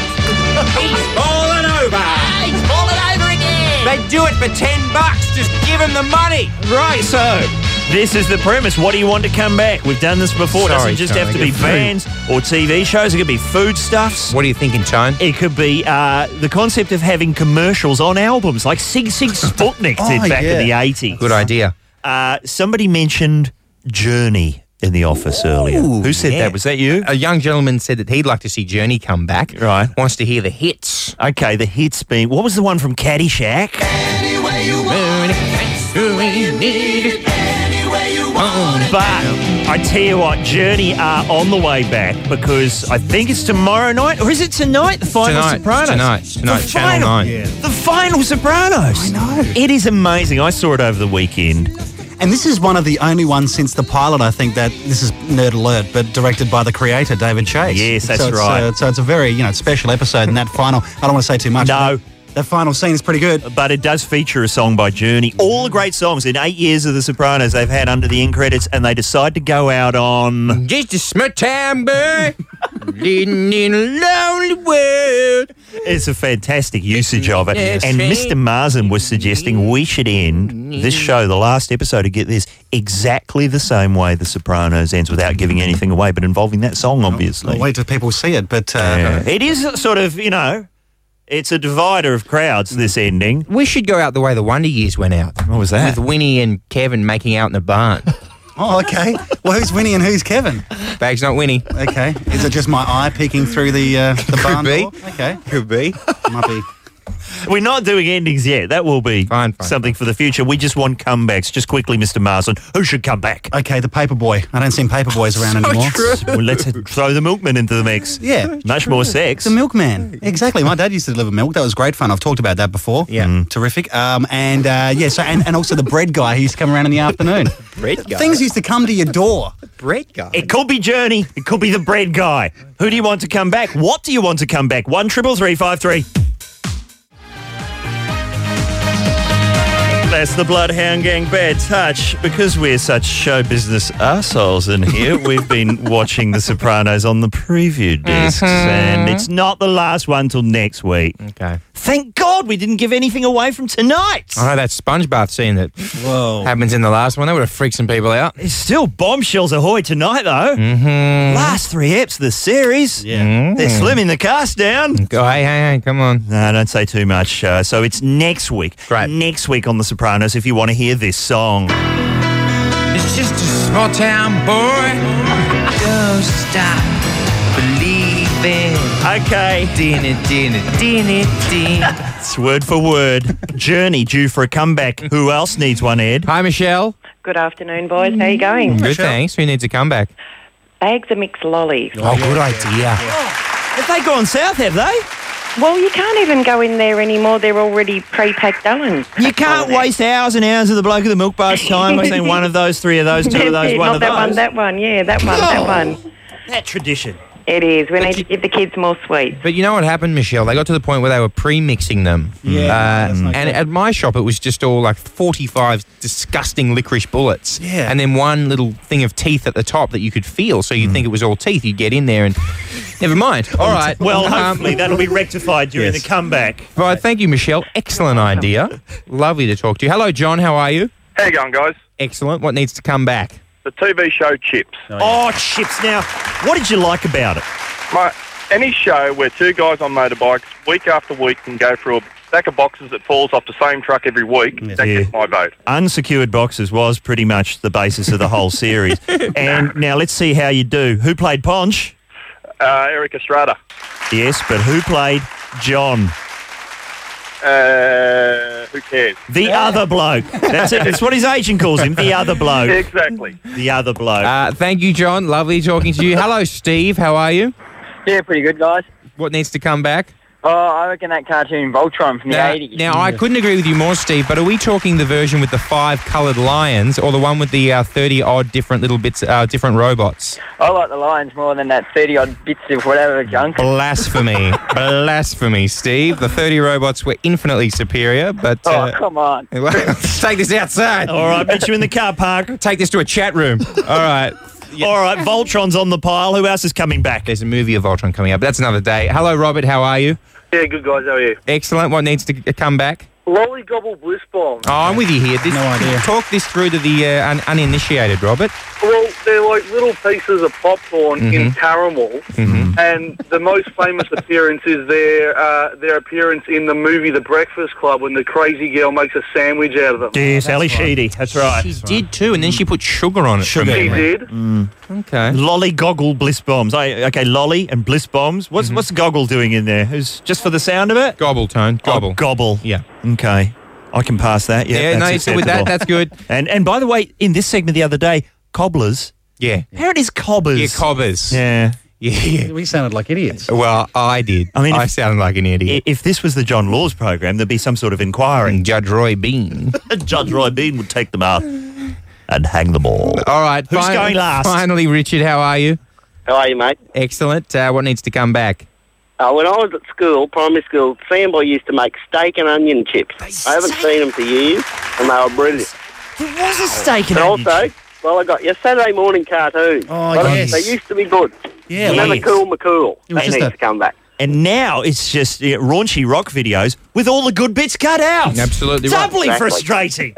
He's fallen over. He's falling over again. They do it for ten bucks. Just give them the money. Right, so this is the premise. What do you want to come back? We've done this before. it Sorry, doesn't just Tony, have to I be get food. bands or TV shows. It could be foodstuffs. What are you thinking, Tone? It could be uh, the concept of having commercials on albums, like <laughs> Sig Sig Sputnik did Oh, back in yeah. the 80s. Good idea. Uh, somebody mentioned Journey in the office earlier. Who said that? Was that you? A young gentleman said that he'd like to see Journey come back. Right. Wants to hear the hits. Okay, the hits being. What was the one from Caddyshack? But I tell you what, Journey are on the way back because I think it's tomorrow night, or is it tonight? The final Tonight, Sopranos. tonight, tonight, the Channel final, 9. Yeah. The final Sopranos. I know. It is amazing. I saw it over the weekend. And this is one of the only ones since the pilot, I think, that this is nerd alert, but directed by the creator, David Chase. Yes, that's so it's, right. Uh, so it's a very, you know, special episode. And that final, I don't want to say too much. No. but That final scene is pretty good. But it does feature a song by Journey. All the great songs in eight years of The Sopranos they've had under the end credits, and they decide to go out on. Just a small town boy living in a lonely world. It's a fantastic usage of it. Yes. And Mr. Marsden was suggesting we should end this show, the last episode, to get this exactly the same way The Sopranos ends without giving anything away, but involving that song, obviously. I'll wait till people see it, but uh, Yeah. It is sort of, you know, it's a divider of crowds, this ending. We should go out the way the Wonder Years went out. What was that? With Winnie and Kevin making out in the <laughs> barn. Oh, okay. Well, who's Winnie and who's Kevin? Bag's not Winnie. Okay. Is it just my eye peeking through the uh, the barn be. door? Okay. Could be. Might be. We're not doing endings yet. That will be Fine, fine, something for the future. We just want comebacks. Just quickly, Mr. Marsden, who should come back? Okay, the paper boy. I don't see paper boys around <laughs> anymore. <laughs> Well, let's throw the milkman into the mix. Yeah. Much more sex. The milkman. Exactly. My dad used to deliver milk. That was great fun. I've talked about that before. Yeah. Terrific. Um, and uh, yeah, so and, and also the bread guy who used to come around in the <laughs> afternoon. Bread guy. Things used to come to your door. bread guy. It could be Journey. It could be the bread guy. Who do you want to come back? What do you want to come back? One triple three five three. That's the Bloodhound Gang Bad Touch. Because we're such show business assholes <laughs> in here, we've been watching The Sopranos on the preview discs, and it's not the last one till next week. Mm-hmm. Okay. Thank God we didn't give anything away from tonight. I know that sponge bath scene that Whoa. happens in the last one. That would have freaked some people out. It's still bombshells ahoy tonight, though. Mm-hmm. Last three eps of the series. Yeah. They're Hmm. slimming the cast down. Go, hey, hey, hey, come on. No, don't say too much. Uh, so it's next week. Great. Next week on The Sopranos if you want to hear this song. It's just a small town boy. Don't stop believing. Okay. Dinner, dinner, dinner, <laughs> dinner. It's word for <laughs> word. Journey due for a comeback. Who else needs one, Ed? Hi, Michelle. Good afternoon, boys. How you going? Mm, Good, thanks. Who needs a comeback? Bags of mixed lollies. Oh, good idea. Have they gone south, have they? Well, you can't even go in there anymore. They're already pre-packed down. You can't waste hours and hours of the bloke at the milk <laughs> bar's time wasting one of those, three of those, two of those, <laughs> Not one of that those. one, that one. Yeah, that one, Oh. that one. That tradition. It is. We need to give the kids more sweets. But you know what happened, Michelle? They got to the point where they were pre-mixing them. Uh, Yeah, that's not and good. at my shop, it was just all like 45 disgusting licorice bullets. Yeah. And then one little thing of teeth at the top that you could feel. So you'd think it was all teeth. You'd get in there and <laughs> never mind. All right. Mm. Well, Um, hopefully that'll be rectified during Yes. the comeback. Right, thank you, Michelle. Excellent idea. Lovely to talk to you. Hello, John. How are you? How you going, guys? Excellent. What needs to come back? The TV show Chips. Oh, chips. Now, what did you like about it? My, any show where two guys on motorbikes, week after week, can go through a stack of boxes that falls off the same truck every week. That gets my vote. Unsecured boxes was pretty much the basis of the <laughs> whole series. and now let's see how you do. Who played Ponch? Uh, Eric Estrada. Yes, but who played John? Uh, who cares? The other bloke. Oh, That's it. That's what his agent calls him. The other bloke. Exactly. The other bloke. Uh, thank you, John. Lovely talking <laughs> to you. Hello, Steve. How are you? Yeah, pretty good, guys. What needs to come back? Oh, I reckon that cartoon Voltron from Now, the 80s. now I couldn't agree with you more, Steve. But are we talking the version with the five coloured lions, or the one with the uh, thirty odd different little bits, uh, different robots? I like the Lions more than that 30 odd bits of whatever junk. Blasphemy, blasphemy, Steve. The thirty robots were infinitely superior, but Oh, uh, come <laughs> on. Let's take this outside. All right, meet you in the car park. <laughs> Take this to a chat room. All right. All right, Voltron's on the pile. Who else is coming back? There's a movie of Voltron coming up. That's another day. Hello, Robert. How are you? Yeah, good guys. How are you? Excellent. What needs to uh, come back? Lolly Gobble Bliss Bomb. Oh, I'm with you here. This, No idea. Talk this through to the uh, un- uninitiated, Robert. Well, they're like little pieces of popcorn in Mhm. caramel, Mm-hmm. and the most famous appearance is their uh, their appearance in the movie The Breakfast Club when the crazy girl makes a sandwich out of them. Yes, Ellie Sheedy. That's right. She did too, and then she put sugar on it. Sugar. She did. Mm. Okay. Lolly goggle bliss bombs. I, okay, lolly and bliss bombs. What's what's goggle doing in there? Who's just for the sound of Mhm. it? Oh, Gobble tone. Gobble. gobble. Yeah. Okay. I can pass that. Yeah. Yeah, no, that's so with that, acceptable. that's good. And and by the way, in this segment the other day, cobblers. Yeah. Parrot is cobbers. Yeah, cobbers. Yeah. <laughs> Yeah. We sounded like idiots. Well, I did. I mean, I sounded like an idiot. Mm, If this was the John Laws program, there'd be some sort of inquiry. Judge Roy <laughs> Bean. Judge Roy Bean would take them out and hang them all. All right. Who's fin- going last? Finally, Richard. How are you? How are you, mate? Excellent. Uh, what needs to come back? Uh, when I was at school, primary school, Samboy used to make steak and onion chips. I haven't seen them for years, and they were brilliant. There was a steak and also, well, I got your Saturday morning cartoons. Oh, yes. They used to be good. Yeah, Remember yes. Cool McCool? It was That just needs a- to come back. And now it's just yeah, raunchy rock videos with all the good bits cut out. Absolutely right. Doubly Exactly. frustrating.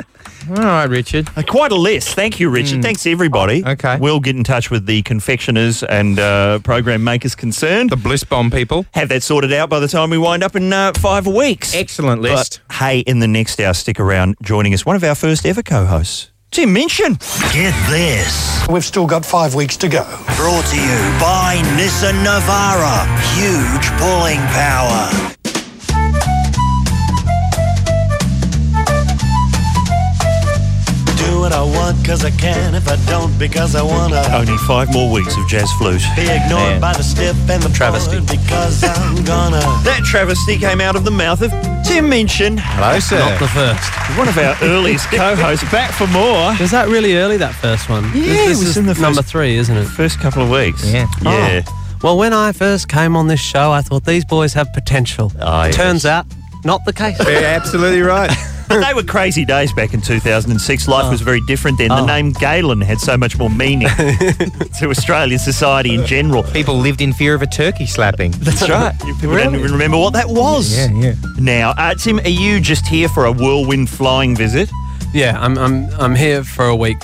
All right, Richard. Hmm. Oh, Uh, Quite a list. Thank you, Richard. Thanks, everybody. Okay. We'll get in touch with the confectioners and uh, program makers concerned. The Bliss Bomb people. Have that sorted out by the time we wind up in uh, five weeks. Excellent list. But, hey, in the next hour, stick around. Joining us, one of our first ever co hosts, Tim Minchin. Get this. We've still got five weeks to go. Brought to you by Nissan Navara. Huge pulling power. Do what I want cause I can if I don't because I wanna. Only five more weeks of jazz flute. Be ignored by the stiff and the travesty because I'm gonna. That travesty came out of the mouth of Tim Minchin. Hello, sir. Not the first. One of our earliest co-hosts. Back for more. Was that really early, that first one? Yeah, this, it this was is in the first- number three, isn't it? First couple of weeks. Yeah. Yeah. Well, when I first came on this show, I thought these boys have potential. yes. Turns out, not the case. absolutely right. <laughs> but they were crazy days back in 2006. Oh. Life was very different then. The name Galen had so much more <laughs> meaning to Australian society in general. People lived in fear of a turkey slapping. <laughs> That's right. People don't even remember what that was. Yeah, yeah. Now, uh, Tim, are you just here for a whirlwind flying visit? Yeah, I'm, I'm, I'm here for a week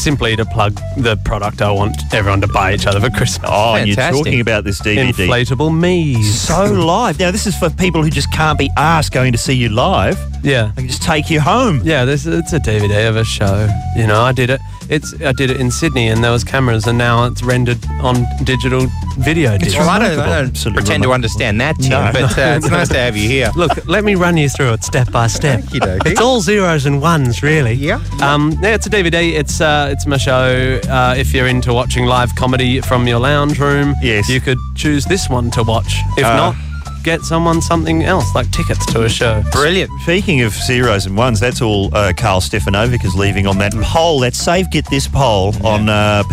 simply to plug the product I want everyone to buy each other for Christmas. Oh, and you're talking about this DVD. Inflatable Me's. So live. Now, this is for people who just can't be asked going to see you live. Yeah. They can just take you home. Yeah, this it's a DVD of a show. You know, I did it. It's I did it in Sydney, and there was cameras, and now it's rendered on digital video. disc. well, I don't, I don't pretend to understand that, Tim, No. but uh, it's nice to have you here. Look, let me run you through it step by step. Okey-dokey. it's all zeros and ones, really. Yeah. Um, yeah, it's a DVD. It's uh, it's my show. Uh, if you're into watching live comedy from your lounge room, yes, you could choose this one to watch. If Uh, not, get someone something else, like tickets to a show. Brilliant. Speaking of zeros and ones, that's all uh, Carl Stefanovic is leaving on that poll. That save get this poll on uh,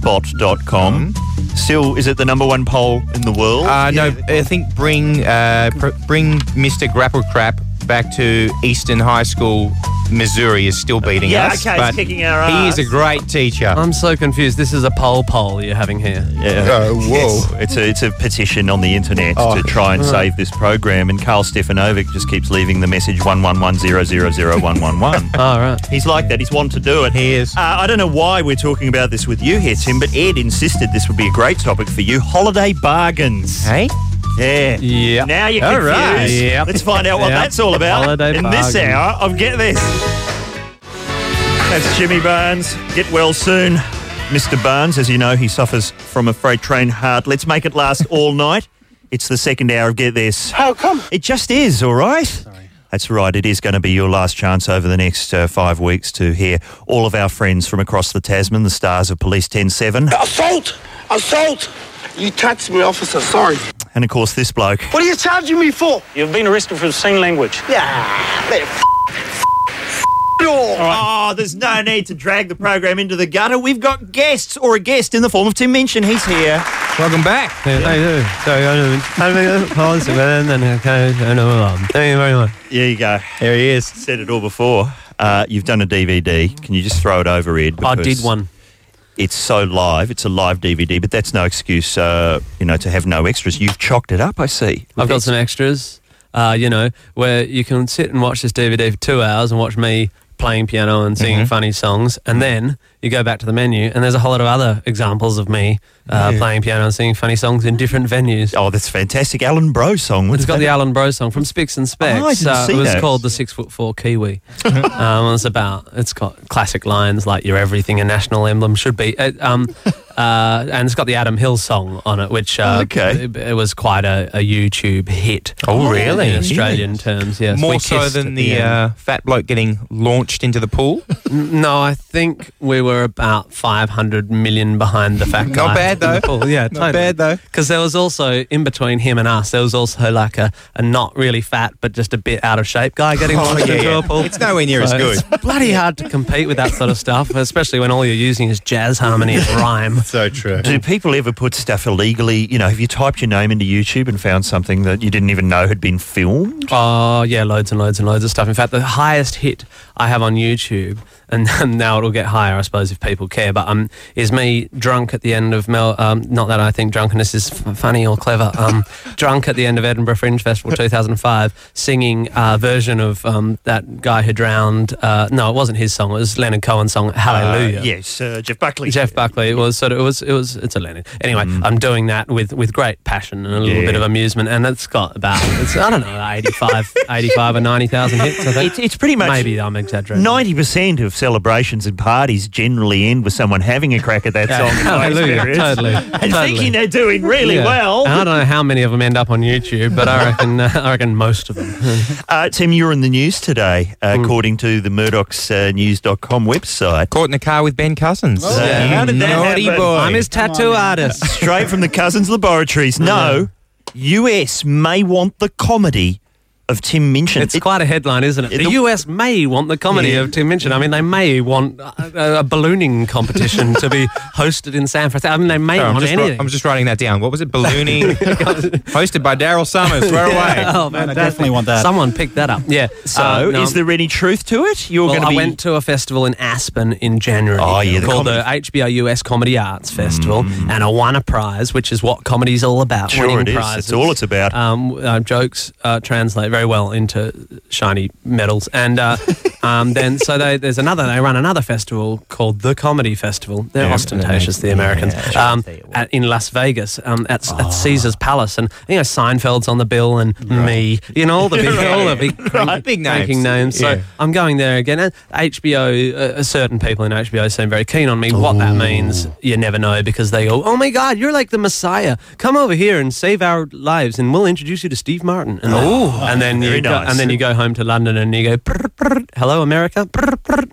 petitionspot.com. Still, is it the number one poll in the world? Uh, no, I think bring uh, pr- bring Mr. Grapple Crap back to Eastern High School, Missouri is still beating Yeah, us. okay, it's but kicking our He ass. is a great teacher. I'm so confused. This is a poll poll you're having here. Yeah. Yes. It's a it's a petition on the internet Oh. to try and Right. save this program, and Carl Stefanovic just keeps leaving the message one one one zero zero zero one one one. All right. He's like that. He's wanted to do it. He is. Uh, I don't know why we're talking about this with you here, Tim, but Ed insisted this would be a great topic for you: holiday bargains. Hey. Yeah. Yeah. Now you're All confused. right. Yep. Let's find out what Yep. that's all about. Holiday In this bargain. hour of Get This. That's Jimmy Barnes. Get well soon. Mr. Barnes, as you know, he suffers from a freight train heart. Let's make <laughs> it last all night. It's the second hour of Get This. How come? It just is, all right? That's right. It is going to be your last chance over the next uh, five weeks to hear all of our friends from across the Tasman, the stars of Police 107. Assault! Assault! You touched me, officer. Sorry. And of course, this bloke. What are you charging me for? You've been arrested for obscene language. Yeah. man, f- Oh, there's no need to drag the program into the gutter. We've got guests or a guest in the form of Tim Minchin. He's here. Welcome back. Sorry, I don't I don't know. policy, but then I kind of- I don't know. um, Thank you very much. There you go. There he is. Said it all before. Uh, you've done a DVD. Can you just throw it over, Ed? I Because did one. It's so live. It's a live DVD, but that's no excuse, uh, you know, to have no extras. You've chalked it up, I see. I've got some extras, uh, you know, where you can sit and watch this DVD for two hours and watch me playing piano and singing Mhm. funny songs, and then you go back to the menu, and there's a whole lot of other examples of me uh, Yeah. playing piano and singing funny songs in different venues. Oh, that's fantastic! Alan Bro song. What It's is got that? the Alan Bro song from Spicks and Specks. Oh, I didn't uh, see it was that. called the Six Foot Four Kiwi. um, it's about it's got classic lines like "You're everything a national emblem should be," It, um, <laughs> uh, and it's got the Adam Hill song on it, which uh, okay, it, it was quite a, a YouTube hit. Oh, really? In Australian terms, yes. More We so kissed than at the, end. uh, fat bloke getting launched into the pool. N- No, I think we were about 500 million behind the fact. Not bad, though. Yeah, Not bad, though. Because there was also in between him and us, there was also like a, a not really fat but just a bit out of shape guy getting <laughs> Oh, launched yeah, into yeah. a pool. It's nowhere near as good. It's bloody hard to <laughs> compete with that sort of stuff, especially when all you're using is jazz harmony <laughs> and rhyme. So true. Do people ever put stuff illegally? You know, have you typed your name into YouTube and found something that you didn't even know had been filmed? Uh, Oh, yeah, loads and loads and loads of stuff. In fact, the highest hit I have on YouTube, <laughs> and, and now it'll get higher, I suppose, if people care, but um, is me drunk at the end of Mel. Um, not that I think drunkenness is f- funny or clever. <laughs> Um, drunk at the end of Edinburgh Fringe Festival 2005, singing a version of um, that guy who drowned. Uh, no, it wasn't his song. It was Leonard Cohen's song, Hallelujah. Uh, yes, uh, Jeff Buckley. Mm. Jeff Buckley. It was sort of it was it was it's a Leonard. Anyway, I'm doing that with with great passion and a little Yeah. bit of amusement, and it's got about it's, I don't know 85, 85 or ninety thousand hits. I think It's- it's pretty much- maybe I'm exaggerating. Ninety percent of celebrations and parties generally end with someone having a crack at that Yeah, <laughs> song. in <laughs> my hallelujah, experience. totally, And totally. thinking they're doing really Yeah. well. And I don't know how many of them end up on YouTube, but I reckon uh, I reckon most of <laughs> them. Uh, Tim, you're in the news today, uh, according to the Murdoch's uh, news.com website. Caught in a car with Ben Cousins. Oh, Yeah, how did that Naughty happen? boy. I'm his tattoo artist. <laughs> Straight from the Cousins Laboratories. No, US may want the comedy of Tim Minchin. It's quite a headline, isn't it? The, US may want the comedy Yeah. of Tim Minchin. I mean, they may want uh, a, a ballooning competition to <laughs> be hosted in San Francisco. I mean, they may Sorry, I'm, want just wri- anything. I'm just writing that down. What was it? <laughs> Ballooning. <laughs> hosted by Daryl Summers. Where away. Yeah. Oh, I fantastic. definitely want that. Someone picked that up. Yeah. So, Uh, no, is there any truth to it? You're well, going to I be. went to a festival in Aspen in January Oh, yeah, the Mm. called the HBO US Comedy Arts Festival, and I won a prize, which is what comedy's all about. Sure winning it is. It's Prizes. all it's about. Um, uh, jokes uh, translate very well into shiny medals, and uh, um, then so they, there's another. They run another festival called the Comedy Festival. They're Yeah. ostentatious, the Yeah, Americans, sure, um, at, in Las Vegas um, at, at Caesar's Palace, and you know Seinfeld's on the bill, and me, you know all the big, all the big Right. Big names. Making names. So Yeah. I'm going there again. And HBO, uh, certain people in HBO seem very keen on me. What that means, you never know because they go, oh my God, you're like the Messiah. Come over here and save our lives and we'll introduce you to Steve Martin. And then, Ooh. <laughs> and then, Very you, go, nice. and then you go home to London and you go, "Prr, prr, hello, America. Prr, prr."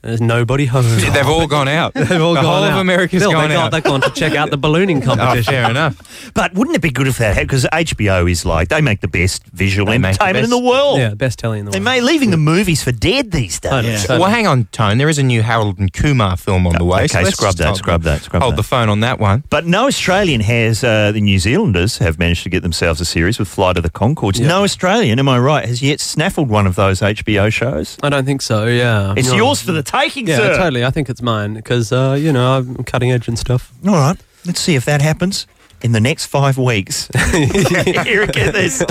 There's nobody home. <laughs> They've all gone out. <laughs> They've all the gone whole out. of America's Bill, gone they out. Oh, They've gone to check out <laughs> the ballooning competition. fair enough. But wouldn't it be good if that happened? Because HBO is like, they make the best visual They make the entertainment in best- the world. Yeah, best telly in the They may leaving the movies for dead these days. Well, hang on, Tone. There is a new Harold and Kumar film on the way. so Okay, let's scrub just that, hold- scrub that, scrub Hold that. the phone on that one. But no Australian has, uh, the New Zealanders have managed to get themselves a series with Flight of the Concords. No Australian, am I right, has yet snaffled one of those HBO shows. I don't think so, yeah. It's No. yours for the taking, Yeah, sir. totally. I think it's mine because, uh, you know, I'm cutting edge and stuff. All right, let's see if that happens in the next <laughs> five weeks. Here, get this.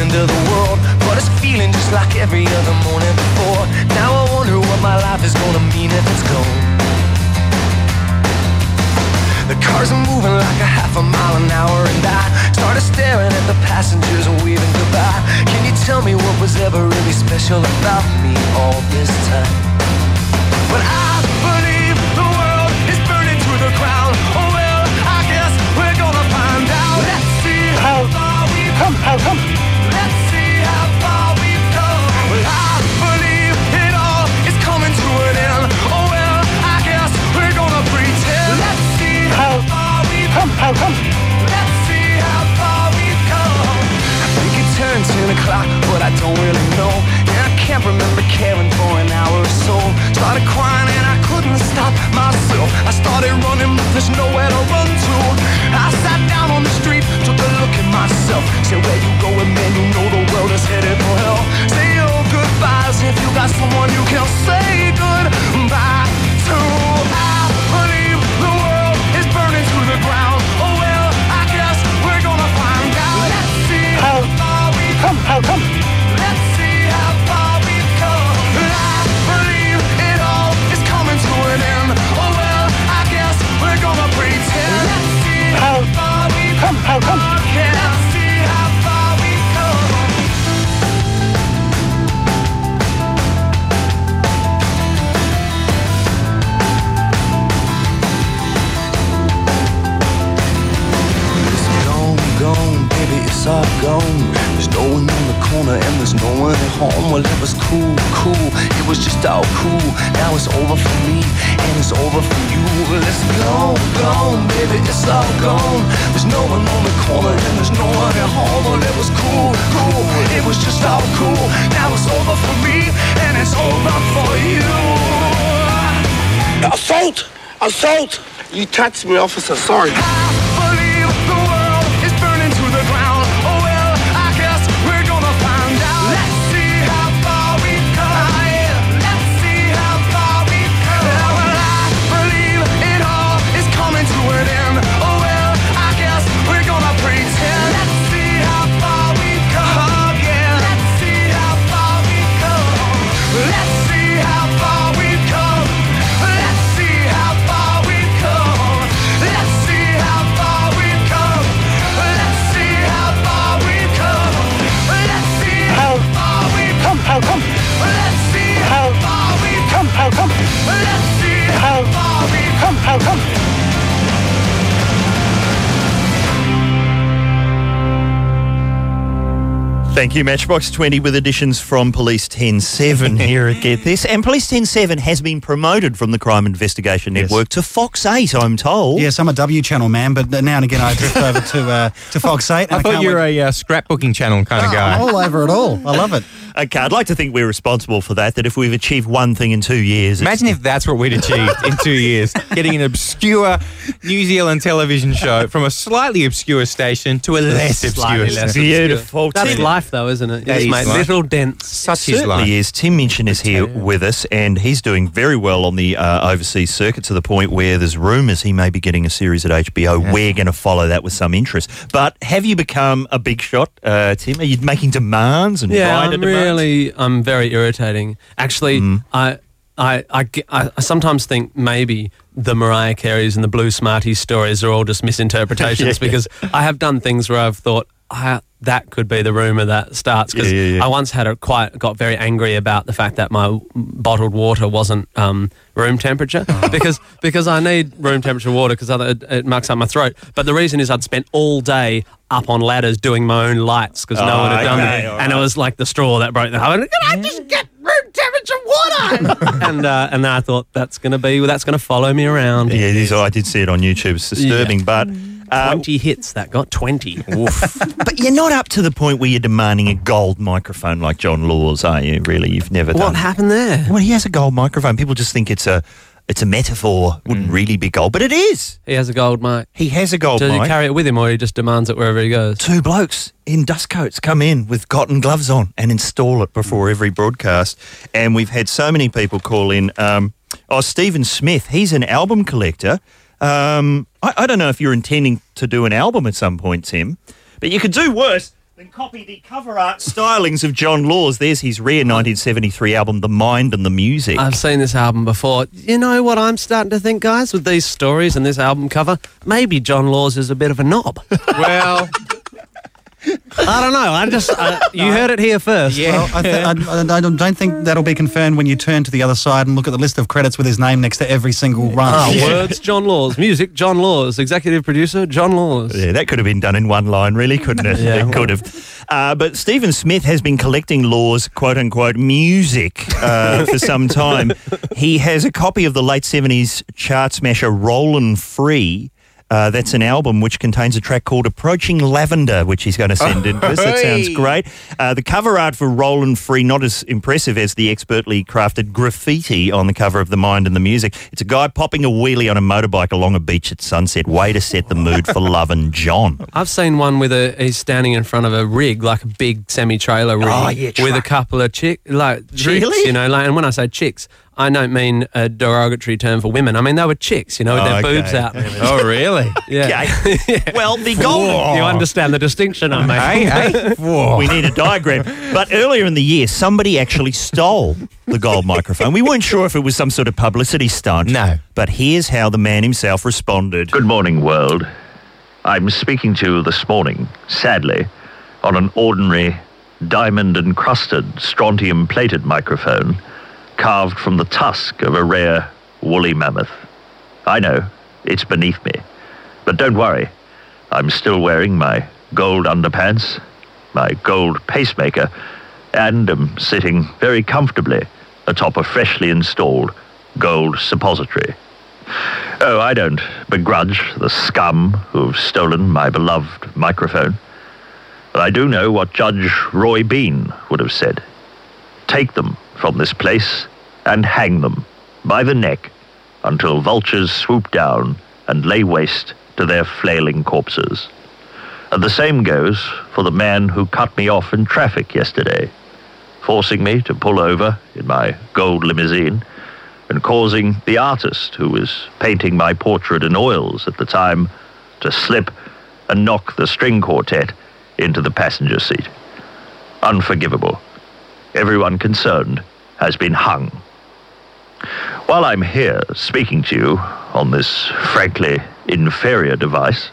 end of the world. But it's feeling just like every other morning before. Now I wonder what my life is gonna mean if it's gone. The cars are moving like a half a mile an hour, and I started staring at the passengers and waving goodbye. Can you tell me what was ever really special about me all this time? But I believe the world is burning to the ground. Oh well, I guess we're gonna find out. Let's see how far we've come. How come? Let's see how far we've come. Well, I believe it all is coming to an end. Oh well, I guess we're gonna pretend. Let's see how far we've come. How come? Let's see how far we've come. I think it turned 10 o'clock, but I don't really know. And I can't remember caring for an hour or so. Started crying and I couldn't stop myself. I started running, but there's nowhere to run to. I sat down on the street, took a look at myself. Said, Where you going, man? You know the world is headed for hell. Say your goodbyes if you got someone you can say goodbye to. I believe the world is burning to the ground. Oh well, I guess we're gonna find out. Let's see how far we come. How come? Let's see how far we've come. I believe it all is coming to an end. Oh well, I guess we're gonna pretend. Let's see how far we've come. How come? Let's see how far we've come. Is it all gone, baby? It's all gone. There's no one in the corner and there's no one at home. Well, it was cool, cool. It was just all cool. Now it's over for me and it's over for you. Well, it's gone, gone, baby. It's all gone. There's no one on the corner and there's no one at home. Well, it was cool, cool. It was just all cool. Now it's over for me and it's over for you. Assault! Assault! You touched me, officer. Sorry. believe the world is burning to the ground. Oh well, I guess we're gonna find out. Let's see how far we've come. Let's see how far we've come. Well, I believe it all is coming to an end. Oh well, I guess we're gonna pretend. Let's see how far we've come. Yeah. Let's see how far we've come. Let's see how far we've come. Let's see how far we've come. Let's see how far we've come. Let's see how far we've come. Let's see how far we've come. How come? Let's see how far we've come. How come? Let's see how far we've come. How come? Thank you, Matchbox 20, with additions from Police <laughs> 107 here at Get This. And Police 107 has been promoted from the Crime Investigation Network to Fox 8, I'm told. Yes, <laughs> I'm a W channel man, but now and again I drift over to uh, to Fox Eight. And I thought can't you wait- were a uh, scrapbooking channel kind of Oh, guy. I'm all over it all. I love it. Okay, I'd like to think we're responsible for that, that if we've achieved one thing in two years. Imagine if that's what we'd achieved in two years <laughs> getting an obscure New Zealand television show from a slightly obscure station to a less obscure Slightly station. less obscure. That's life, though, isn't it? That Yes, is mate. life. Little dents. Such Certainly is. Tim Minchin is here with us, and he's doing very well on the uh, overseas circuit to the point where there's rumours he may be getting a series at HBO. We're going to follow that with some interest. But have you become a big shot, uh, Tim? Are you making demands and yeah, rider I'm <laughs> demands? really, I'm very irritating. Actually, Hmm. I, I, I, ge- I I sometimes think maybe the Mariah Careys and the Blue Smarties stories are all just misinterpretations <laughs> Yeah. because I have done things where I've thought ah, that could be the rumor that starts because Yeah, yeah, yeah. I once had a quite got very angry about the fact that my w- bottled water wasn't um, room <laughs> temperature because because I need room temperature water because other it, it mucks up my throat. But the reason is I'd spent all day up on ladders doing my own lights because no Ah, one Oh, had done okay, it, all and it was like the straw that broke the heart. Can I just get room temperature water? and uh, and then I thought that's gonna be well, that's gonna follow me around. Yeah, it is. Oh, I did see it on YouTube. It's disturbing, but. Uh, 20 hits that got <laughs> 20. but you're not up to the point where you're demanding a gold microphone like John Laws, are you? Really, you've never done What happened there? Well, he has a gold microphone. People just think it's a it's a metaphor. Wouldn't Mm. really be gold, but it is. He has a gold mic. He has a gold Does mic. he carry it with him or he just demands it wherever he goes? Two blokes in dust coats come in with cotton gloves on and install it before every broadcast. And we've had so many people call in. Um, oh, Stephen Smith, he's an album collector. Um, I, I don't know if you're intending to do an album at some point, Tim, but you could do worse. than Then copy the cover art Stylings of John Laws. There's his rare 1973 album, The Mind and the Music. I've seen this album before. You know what I'm starting to think, guys, with these stories and this album cover? Maybe John Laws is a bit of a knob. Well, I don't know. I just I, you heard it here first. Well, I, th- I, I don't- don't think that'll be confirmed when you turn to the other side and look at the list of credits with his name next to every single run. Oh, <laughs> Ah, words, John Laws. Music, John Laws. Executive producer, John Laws. Yeah, that could have been done in one line, really, couldn't <laughs> it? Yeah. it could have. Uh, but Stephen Smith has been collecting Law's quote unquote music <laughs> uh, for some time. He has a copy of the late 70s chart smasher Rollin' Free. Uh, that's an album which contains a track called Approaching Lavender, which he's going to send in to us. That sounds Oi. great. Uh, the cover art for Roland Free, not as impressive as the expertly crafted graffiti on the cover of The Mind and the Music. It's a guy popping a wheelie on a motorbike along a beach at sunset. Way to set the mood for <laughs> Love and John. I've seen one with a he's standing in front of a rig, like a big semi-trailer rig, Oh, yeah, with a couple of chick, like chicks, Really? you know. Like, and when I say chicks, I don't mean a derogatory term for women. I mean they were chicks, you know, with Oh, their okay. boobs out. <laughs> Oh, really? Yeah. <laughs> Well, the goal. You understand the distinction I'm making. we need a diagram. But earlier in the year, somebody actually stole the gold microphone. We weren't sure if it was some sort of publicity stunt. No. But here's how the man himself responded. Good morning, world. I'm speaking to you this morning, sadly, on an ordinary diamond encrusted strontium plated microphone carved from the tusk of a rare woolly mammoth. I know, it's beneath me. But don't worry, I'm still wearing my gold underpants, my gold pacemaker, and am sitting very comfortably atop a freshly installed gold suppository. Oh, I don't begrudge the scum who've stolen my beloved microphone. But I do know what Judge Roy Bean would have said. Take them from this place and hang them by the neck until vultures swoop down and lay waste to their flailing corpses. And the same goes for the man who cut me off in traffic yesterday, forcing me to pull over in my gold limousine and causing the artist who was painting my portrait in oils at the time to slip and knock the string quartet into the passenger seat. Unforgivable. Everyone concerned has been hung. While I'm here speaking to you on this frankly inferior device,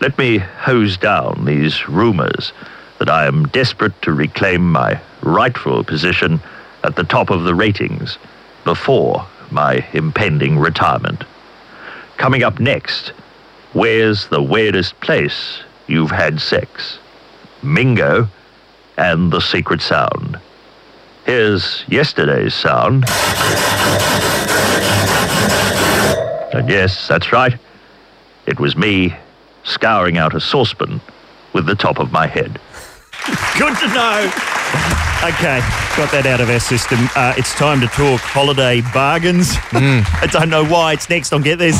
let me hose down these rumors that I am desperate to reclaim my rightful position at the top of the ratings before my impending retirement. Coming up next, where's the weirdest place you've had sex? Mingo and the secret sound. Here's yesterday's sound. And yes, that's right. It was me scouring out a saucepan with the top of my <laughs> head. Good to know. Okay, got that out of our system. Uh, it's time to talk holiday bargains. <laughs> I don't know why. It's next on Get This.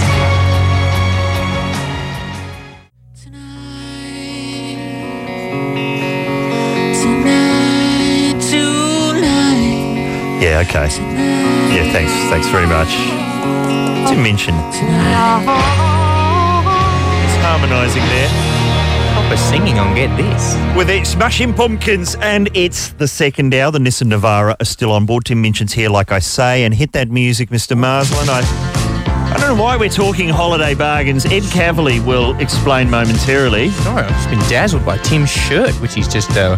Yeah, okay. Yeah, thanks. Thanks very much. To mention, it's harmonising there. Proper singing on Get This. With it, Smashing Pumpkins, and it's the second hour. The Nissan Navara are still on board. Tim mentions here, like I say, and hit that music, Mr. Marsland. I, I don't know why we're talking holiday bargains. Ed Cavalier will explain momentarily. Sorry, Oh, I've just been dazzled by Tim's shirt, which he's just uh,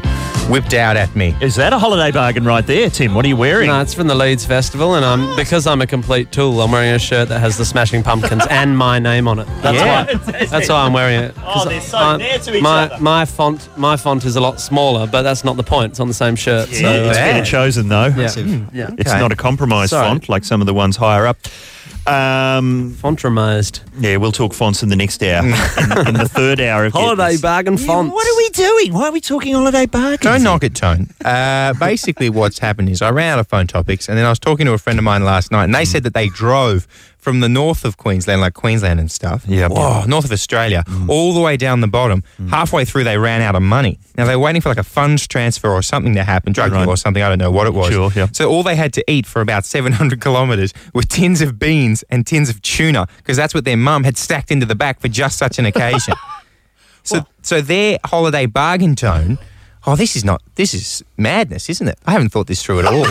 whipped out at me. Is that a holiday bargain right there, Tim? What are you wearing? No, it's from the Leeds Festival, and I'm because I'm a complete tool. I'm wearing a shirt that has the Smashing <laughs> Pumpkins and my name on it. That's Yeah. <laughs> why. That's why I'm wearing it. 'Cause Oh, they're so I'm- near to each my, other. My font, my font is a lot smaller, but that's not the point. It's on the same shirt. It's so it's better chosen though. Hmm. Hmm. Yeah. Yeah. It's Okay. not a compromised Sorry. font like some of the ones higher up. Um, Fontromised. Yeah, we'll talk fonts in the <laughs> next hour. in, in the third hour of Get Holiday bargain fonts. What are we doing? Why are we talking holiday bargains? Don't knock it, Tone. Uh, basically, what's happened is I ran out of phone topics, and then I was talking to a friend of mine last night, and they said that they drove from the north of Queensland, like Queensland and stuff, yeah, whoa, north of Australia, all the way down the bottom. Halfway through, they ran out of money. Now they're waiting for like a funds transfer or something to happen, drug deal or something. I don't know what it was. Sure, yeah. So all they had to eat for about 700 kilometres were tins of beans and tins of tuna, because that's what their mum had stacked into the back for just such an occasion. So, so their holiday bargain tone. Oh, this is not. This is madness, isn't it? I haven't thought this through at all.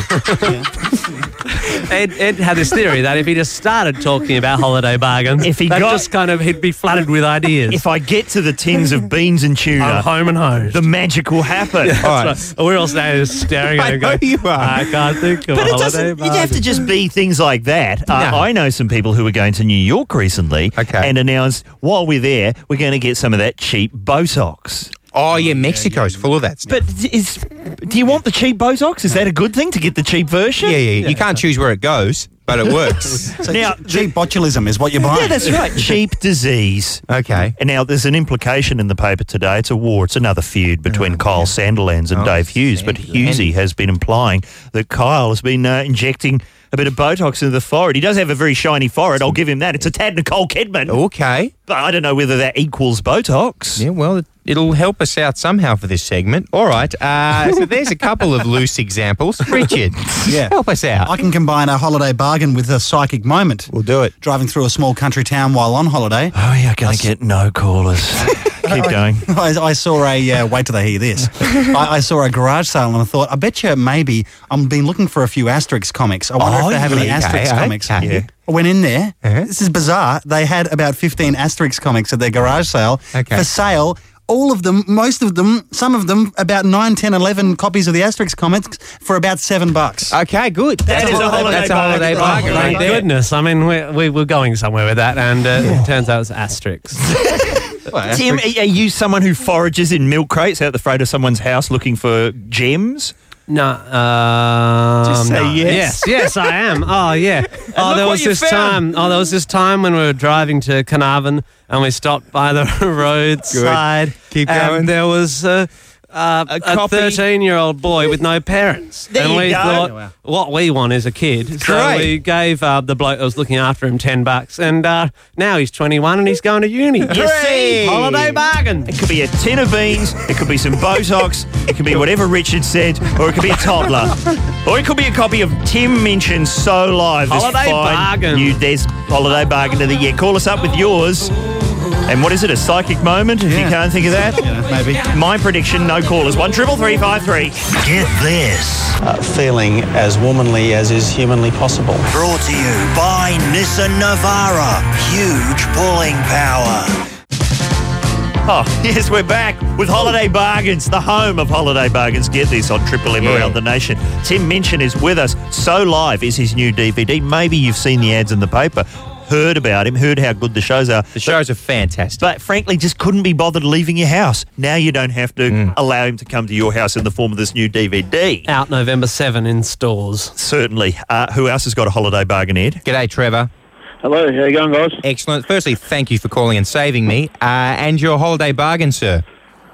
Ed, Ed had this theory that if he just started talking about holiday bargains, if he got just kind of he'd be flooded with ideas. If I get to the tins of beans and tuna, I'm home and home. The magic will happen. Yeah, that's right. We're all standing just <laughs> staring at him. going, "Ah, I can't think of But a it holiday doesn't. You'd have to bargain." just be things like that. Uh, I know some people who were going to New York recently and announced while we're there, we're going to get some of that cheap Botox. Oh yeah, Mexico's full of that. But is do you want the cheap Botox? Is that a good thing to get the cheap version? Yeah, yeah. You can't choose where it goes, but <laughs> it works. So Now, ch- cheap botulism is what you're Yeah, that's <laughs> right. Cheap disease. Okay. And now there's an implication in the paper today. It's a war. It's another feud between Kyle Sanderlands and Oh, Dave Hughes. But Hughesy has been implying that Kyle has been uh, injecting a bit of Botox into the forehead. He does have a very shiny forehead. I'll give him that. It's a tad Nicole Kidman. Okay. But I don't know whether that equals Botox. Yeah, well, it'll help us out somehow for this segment. All right. Uh, so there's a couple of loose examples. Richard, yeah. help us out. I can combine a holiday bargain with a psychic moment. We'll do it. Driving through a small country town while on holiday. Oh, yeah, going to get no callers. Keep going. <laughs> I, I saw a, uh, wait till they <laughs> hear this. I, I saw a garage sale and I thought, I bet you maybe I've been looking for a few Asterix comics. I wonder Oh, if they have any yeah, Asterix okay, comics. okay. Uh-huh. Yeah. I went in there. This is bizarre. They had about 15 Asterix comics at their garage sale Okay. for sale. All of them, most of them, some of them, about 9, 10, 11 copies of the Asterix comics for about 7 bucks. Okay, good. That is a holiday Oh that's a holiday bargain. My right there. goodness, I mean, we, we were going somewhere with that, and uh, it turns out it's <laughs> asterisks. <laughs> Tim, are are you someone who forages in milk crates out the front of someone's house looking for gems? No. Um, Just say no. yes. Yes, yes, I am. Oh, yeah. Oh, look there what was you this time. found. Oh, there was this time when we were driving to Carnarvon and we stopped by the <laughs> roadside. Keep and going. there was uh, uh, a copy. thirteen-year-old boy with no parents, There and you we go. thought what we want is a kid. So Great. we gave uh, the bloke that was looking after him ten bucks, and uh, now he's twenty-one and he's going to uni. You see? holiday bargain. It could be a tin of beans, it could be some Botox, it could be whatever Richard said, or it could be a toddler. or it could be a copy of Tim Minchin's So Live. this Holiday fine bargain. New Des Holiday Bargain of the Year. Call us up with yours. And what is it, a psychic moment, if you can't think of that? maybe. My prediction, no callers. One triple three five three. Get this. uh, feeling as womanly as is humanly possible. Brought to you by Nissan Navara. Huge pulling power. Oh, <laughs> yes, we're back with Holiday Bargains, the home of Holiday Bargains. Get this on Triple M around the nation. Tim Minchin is with us. So Live is his new DVD. Maybe you've seen the ads in the paper, heard about him, heard how good the shows are. The shows are fantastic. But frankly, just couldn't be bothered leaving your house. Now you don't have to Mm. allow him to come to your house in the form of this new DVD. Out November seven in stores. Certainly. Uh, who else has got a holiday bargain, Ed? G'day, Trevor. Hello, how you going, guys? Excellent. Firstly, thank you for calling and saving me. Uh, and your holiday bargain, sir.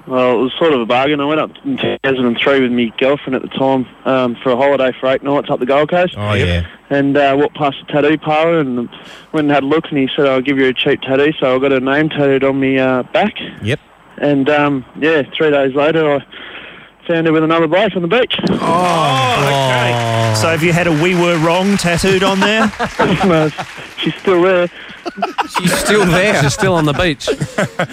Well, it was sort of a bargain. I went up in 2003 with my girlfriend at the time um, for a holiday for eight nights up the Gold Coast. Oh, yeah. And uh, walked past a tattoo parlour and went and had a look, and he said, I'll give you a cheap tattoo. So I got a name tattooed on my uh, back. Yep. And, um, yeah, three days later, I found her with another bloke on the beach. Oh, Oh, Okay. So have you had a We Were Wrong tattooed on there? No, she's still there. She's still there. She's still on the beach. <laughs>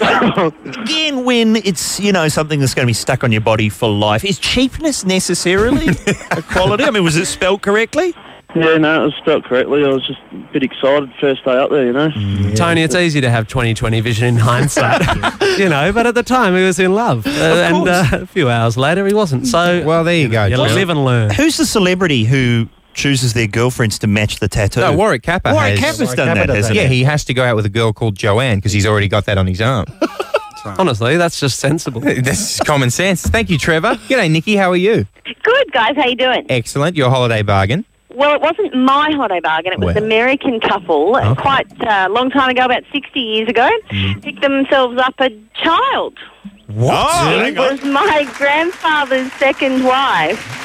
Again, when it's you know something that's going to be stuck on your body for life, is cheapness necessarily a quality? I mean, was it spelled correctly? Yeah, no, it was spelled correctly. I was just a bit excited first day up there, you know. Tony, it's easy to have 2020 vision <laughs> in hindsight, <laughs> you know, but at the time he was in love. Uh, and uh, a few hours later he wasn't. So, well, there you go. You Trevor. live and learn. Who's the celebrity who chooses their girlfriends to match the tattoo? No, Warwick Kappa. Warwick has, Kappa's done that, hasn't yeah, he? he has to go out with a girl called Joanne because he's already got that on his arm. Honestly, that's <laughs> just sensible. That's common sense. Thank you, Trevor. G'day, Nikki. How are you? Good guys, how you doing? Excellent. Your holiday bargain. Well, it wasn't my holiday bargain. It was Well. an American couple uh quite a long time ago, about 60 years ago, Mm. picked themselves up a child. What? Oh, it was my grandfather's second wife.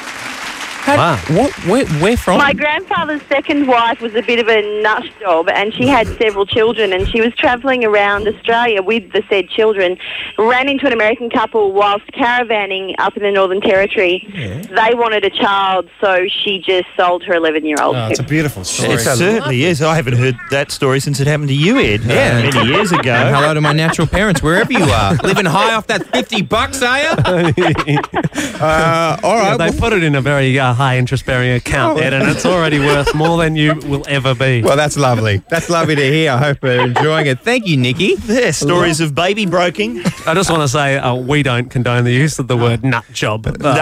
Wow. What? Where, where from? My grandfather's second wife was a bit of a nut job, and she had several children, and she was travelling around Australia with the said children, ran into an American couple whilst caravanning up in the Northern Territory. They wanted a child, so she just sold her 11-year-old. to- beautiful story. It Oh, It's a- certainly is. I haven't heard that story since it happened to you, Ed. Yeah. uh, many years ago. And hello to my natural parents, wherever you <laughs> are. Living high off that 50 bucks, are <laughs> you? uh, all right. they put it in a very uh, high interest bearing account, Ed, and it's already worth more than you will ever be. Well, that's lovely. That's lovely to hear. I hope you're enjoying it. Thank you, Nikki. There, stories of baby broking. I just want to say uh, we don't condone the use of the word nut <laughs> job. Uh, No,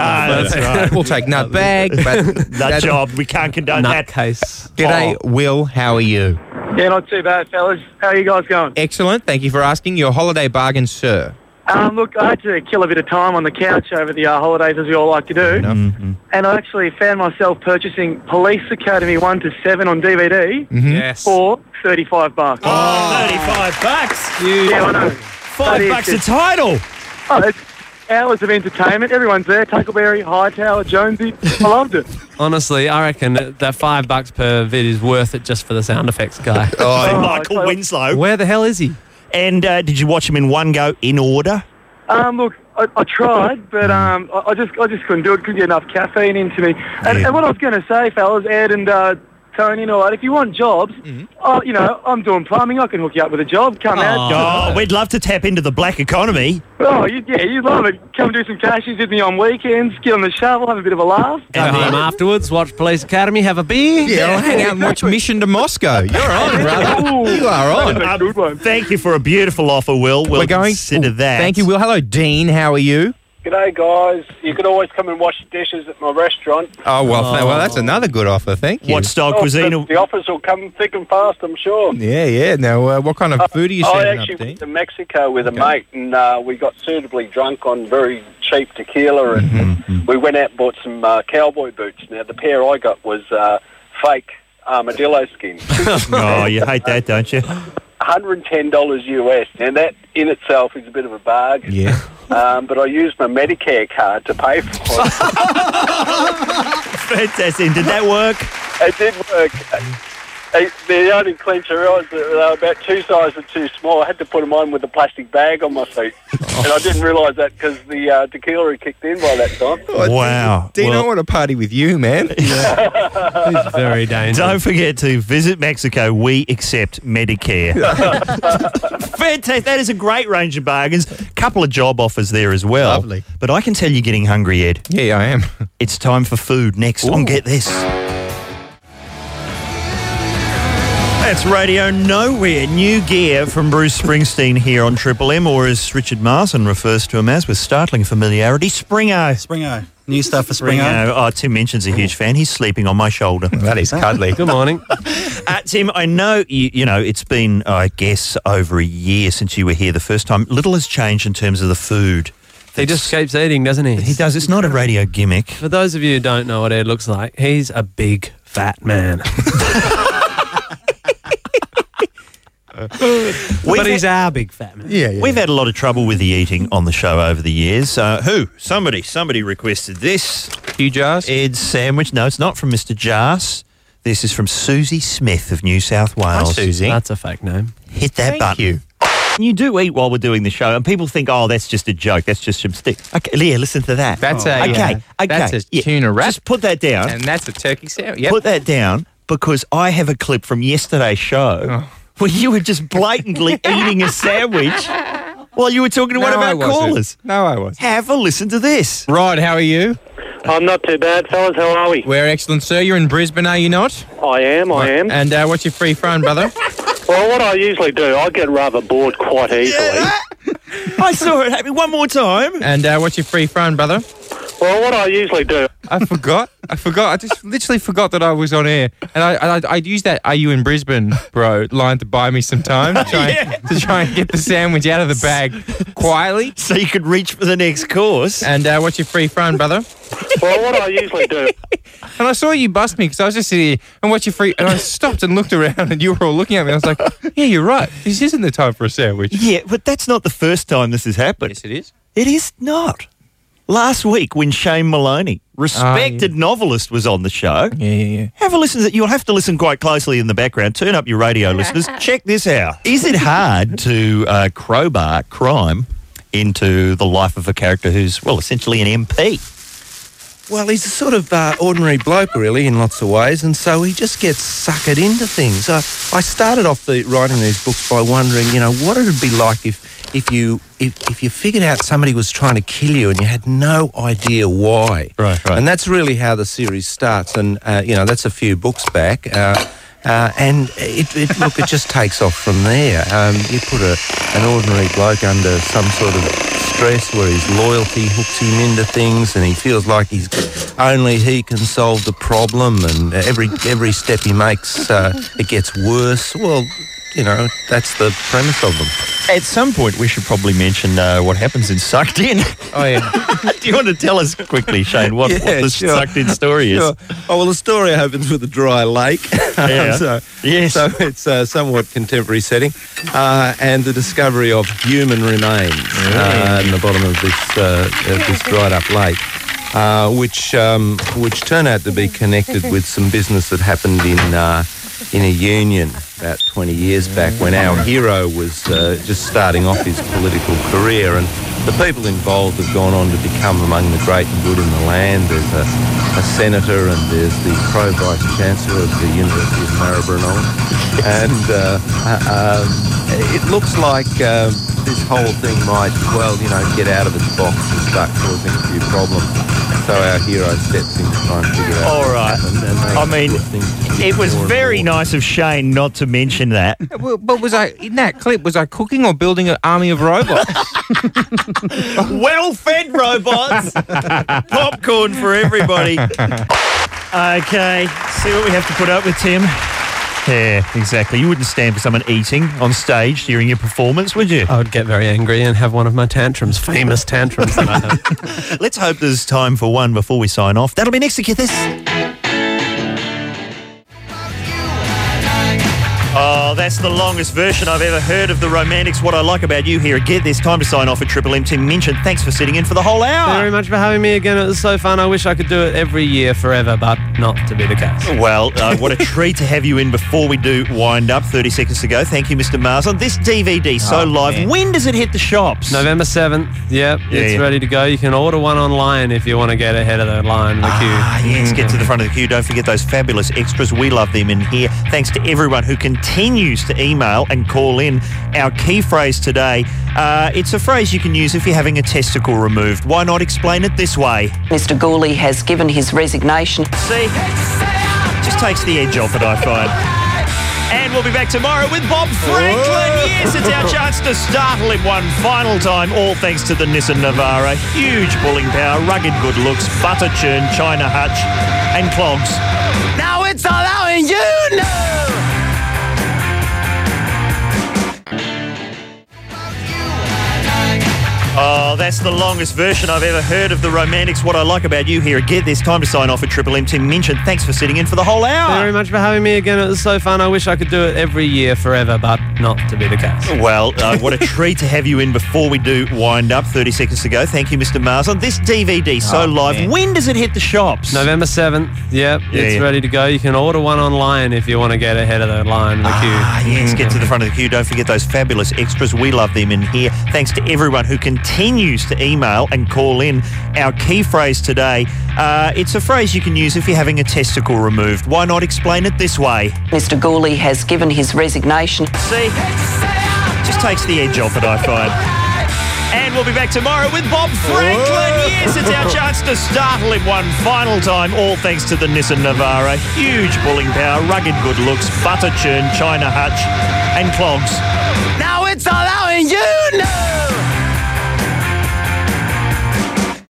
<laughs> that's right. We'll take nut bag, but nut that- job. We can't condone Nut that case. G'day, Oh. Will. How are you? Yeah, not too bad, fellas. How you guys going? Excellent. Thank you for asking. Your holiday bargain, sir. Um, look, I had to kill a bit of time on the couch over the uh, holidays, as we all like to do. And I actually found myself purchasing Police Academy 1 to 7 on DVD Mhm. Yes. for 35 bucks. Oh, 35 bucks. Yeah, I know. Five bucks a title. Oh, it's hours of entertainment. Everyone's there. Tuckleberry, Hightower, Jonesy. I loved it. Honestly, I reckon that that five bucks per vid is worth it just for the sound effects guy. Oh, Oh, From Michael Winslow. Where the hell is he? And uh, did you watch him in one go in order? Um, look, I, I tried, but um, I, I just I just couldn't do it. Couldn't get enough caffeine into me. And, and what I was going to say, fellas, Ed and uh, Tony, and all that, if you want jobs, oh, you know, I'm doing plumbing. I can hook you up with a job. Come Oh, out. we'd love to tap into the black economy. Oh, you, yeah, you love it. Come do some cashies with me on weekends. Get on the shovel, have a bit of a laugh. Go home afterwards, watch Police Academy, have a beer. Yeah, I'll hang out and watch Mission to Moscow. You're on, brother. You are on. Um, thank you for a beautiful offer, Will. We'll We're going- consider that. Thank you, Will. Hello, Dean. How are you? G'day, guys. You can always come and wash dishes at my restaurant. Oh, Oh, well, th- well, that's another good offer. Thank you. What style Oh, cuisine? The, the offers will come thick and fast, I'm sure. Yeah, yeah. Now, uh, what kind of food are you I serving up, actually Dean? went to Mexico with a mate, and uh, we got suitably drunk on very cheap tequila, and Mm-hmm, we went out and bought some uh, cowboy boots. Now, the pair I got was uh, fake armadillo <laughs> skin. oh, <laughs> you hate that, don't you? $110 US. Now, that in itself is a bit of a bargain. Yeah. Um, but I used my Medicare card to pay for it. <laughs> Fantastic. Did that work? It did work. It, the only clincher was that they were about two sizes too small. I had to put them on with a plastic bag on my feet. And I didn't realise that because the uh, tequila had kicked in by that time. Oh, Wow. uh, Dean, Well- I want to party with you, <laughs> man. It's very dangerous. Don't forget to visit Mexico. We accept Medicare. <laughs> Oh. Fantastic. That is a great range of bargains. Couple of job offers there as well. Lovely. But I can tell you're getting hungry, Ed. Yeah, I am. <laughs> It's time for food next on Get This. That's Radio Nowhere. New gear from Bruce Springsteen here on Triple M, or as Richard Marson refers to him as with startling familiarity, Springo. Springo. New stuff for Springo. Oh, Tim Minchin's a huge fan. He's sleeping on my <laughs> shoulder. That is cuddly. Good morning. <laughs> Uh, Tim, I know you, you know it's been, I guess, over a year since you were here the first time. Little has changed in terms of the food. He just keeps eating, doesn't he? He does. It's not a radio gimmick. For those of you who don't know what Ed looks like, he's a big fat <laughs> man. but he's our big fat man. Yeah, We've had a lot of trouble with the eating on the show over the years. Uh, who? Somebody. Somebody requested this. Hugh Jars? Ed's sandwich. No, it's not from Mr. Jars. This is from Susie Smith of New South Wales. Susie. That's a fake name. Hit that Thank button. You. do eat while we're doing the show, and people think, "Oh, that's just a joke. That's just some stick." Okay, yeah, listen to that. That's okay. a, uh, Oh. okay. that's a yeah. tuna wrap. Just put that down. And that's a turkey sandwich. Yep. Put that down because I have a clip from yesterday's show Oh. where you were <laughs> just blatantly eating a sandwich while you were talking to one of No, I our wasn't. callers. No, I wasn't. Have a listen to this. Right, how are you? I'm not too bad, fellas. How are we? We're excellent, sir. You're in Brisbane, are you not? I am, I am. And uh, what's your free phone, <laughs> brother? Well, what I usually do, I get rather bored quite easily. <laughs> I saw it happen one more time. And uh, what's your free phone, brother? Well, what I usually do. I forgot. I forgot. I just literally forgot that I was on air, and I I, I used that "Are you in Brisbane, bro?" line to buy me some time to try, to try and get the sandwich out of the bag quietly, so you could reach for the next course. And uh, what's your free phone, brother? Well, what I usually do. And I saw you bust me because I was just sitting here and what's your free? And I stopped and looked around, and you were all looking at me. I was like, "Yeah, you're right. This isn't the time for a sandwich." Yeah, but that's not the first time this has happened. Yes, it is. It is not. Last week, when Shane Maloney, Oh, respected novelist, was on the show, yeah, yeah, yeah. have a listen. To, you'll have to listen quite closely in the background. Turn up your radio, listeners. Check this out. <laughs> Is it hard to uh, crowbar crime into the life of a character who's well, essentially an MP? Well, he's a sort of uh, ordinary bloke, really, in lots of ways, and so he just gets suckered into things. I, I started off the, writing these books by wondering, you know, what it would be like if, if you if, if you figured out somebody was trying to kill you and you had no idea why. Right, right. And that's really how the series starts, and uh, you know, that's a few books back. Uh, uh, and it, it, look, it just takes off from there. Um, you put a, an ordinary bloke under some sort of stress where his loyalty hooks him into things, and he feels like he's only he can solve the problem. And every every step he makes, uh, it gets worse. Well, you know, that's the premise of them. At some point, we should probably mention uh, what happens in Sucked In. Oh, yeah. <laughs> Do you want to tell us quickly, Shane, what, what the Sucked In story is? Sure. Oh well, the story opens with a dry lake. <laughs> Yeah. so, so it's a somewhat contemporary setting, uh, and the discovery of human remains uh, in the bottom of this uh, of this dried up lake. Uh, which um, which turn out to be connected with some business that happened in uh, in a union about 20 years back when our hero was uh, just starting off his political career and the people involved have gone on to become among the great and good in the land. There's a, a senator and there's the pro vice chancellor of the University of Maribyrnong. And uh, uh, uh, it looks like um, this whole thing might, well, you know, get out of its box and start causing a few problems. So our hero steps in to try and figure out All what right. happened and they I mean, put things it was very nice of Shane not to mention that. <laughs> Well, but was I in that clip? Was I cooking or building an army of robots? well fed <laughs> robots. <laughs> Popcorn for everybody. Okay, see what we have to put up with, Tim. Yeah, exactly. You wouldn't stand for someone eating on stage during your performance, would you? I would get very angry and have one of my tantrums, famous tantrums that I have. <laughs> Let's hope there's time for one before we sign off. That'll be next to get this. Oh, that's the longest version I've ever heard of the Romantics. What I like about you here, get this time to sign off at Triple M. Tim Minchin, thanks for sitting in for the whole hour. Thank you very much for having me again. It was so fun. I wish I could do it every year forever, but not to be the case. Well, uh, what a treat to have you in before we do wind up. 30 seconds to go. Thank you, Mr. Marsden. This DVD, so Oh, live. When does it hit the shops? November 7th. Yep, Yeah, it's yeah. ready to go. You can order one online if you want to get ahead of the line, the Ah, queue. <laughs> yes, get to the front of the queue. Don't forget those fabulous extras. We love them in here. Thanks to everyone who continues to email and call in. Our key phrase today uh, it's a phrase you can use if you're having a testicle removed. Why not explain it this way? Mr. Gourley has given his resignation. See? Just takes the edge off it, I find. <laughs> And we'll be back tomorrow with Bob Franklin. Yes, it's our chance to startle him one final time. All thanks to the Nissan Navara. Huge pulling power, rugged good looks, butter churn, China hutch, and clogs. Now it's all out and you know. Oh, that's the longest version I've ever heard of the Romantics. What I like about you here, get this time to sign off at Triple M. Tim Minchin, thanks for sitting in for the whole Thank you hour. very much for having me again. It was so fun. I wish I could do it every year forever, but not to be the case. <laughs> Well, uh, what a treat to have you in before we do wind up. 30 seconds to go. Thank you, Mr. Marsden. This DVD, so live. When does it hit the shops? November 7th. Yep, Yeah, it's yeah. ready to go. You can order one online if you want to get ahead of the line, the Ah, queue. yes, get to the front of the queue. Don't forget those fabulous extras. We love them in here. Thanks to everyone who continues to email and call in. Our key phrase today uh, it's a phrase you can use if you're having a testicle removed. Why not explain it this way? Mr. Gourley has given his resignation. See? Just takes the edge off it, I find. And we'll be back tomorrow with Bob Franklin. Yes, it's our chance to startle him one final time. All thanks to the Nissan Navara. Huge pulling power, rugged good looks, butter churn, China hutch, and clogs.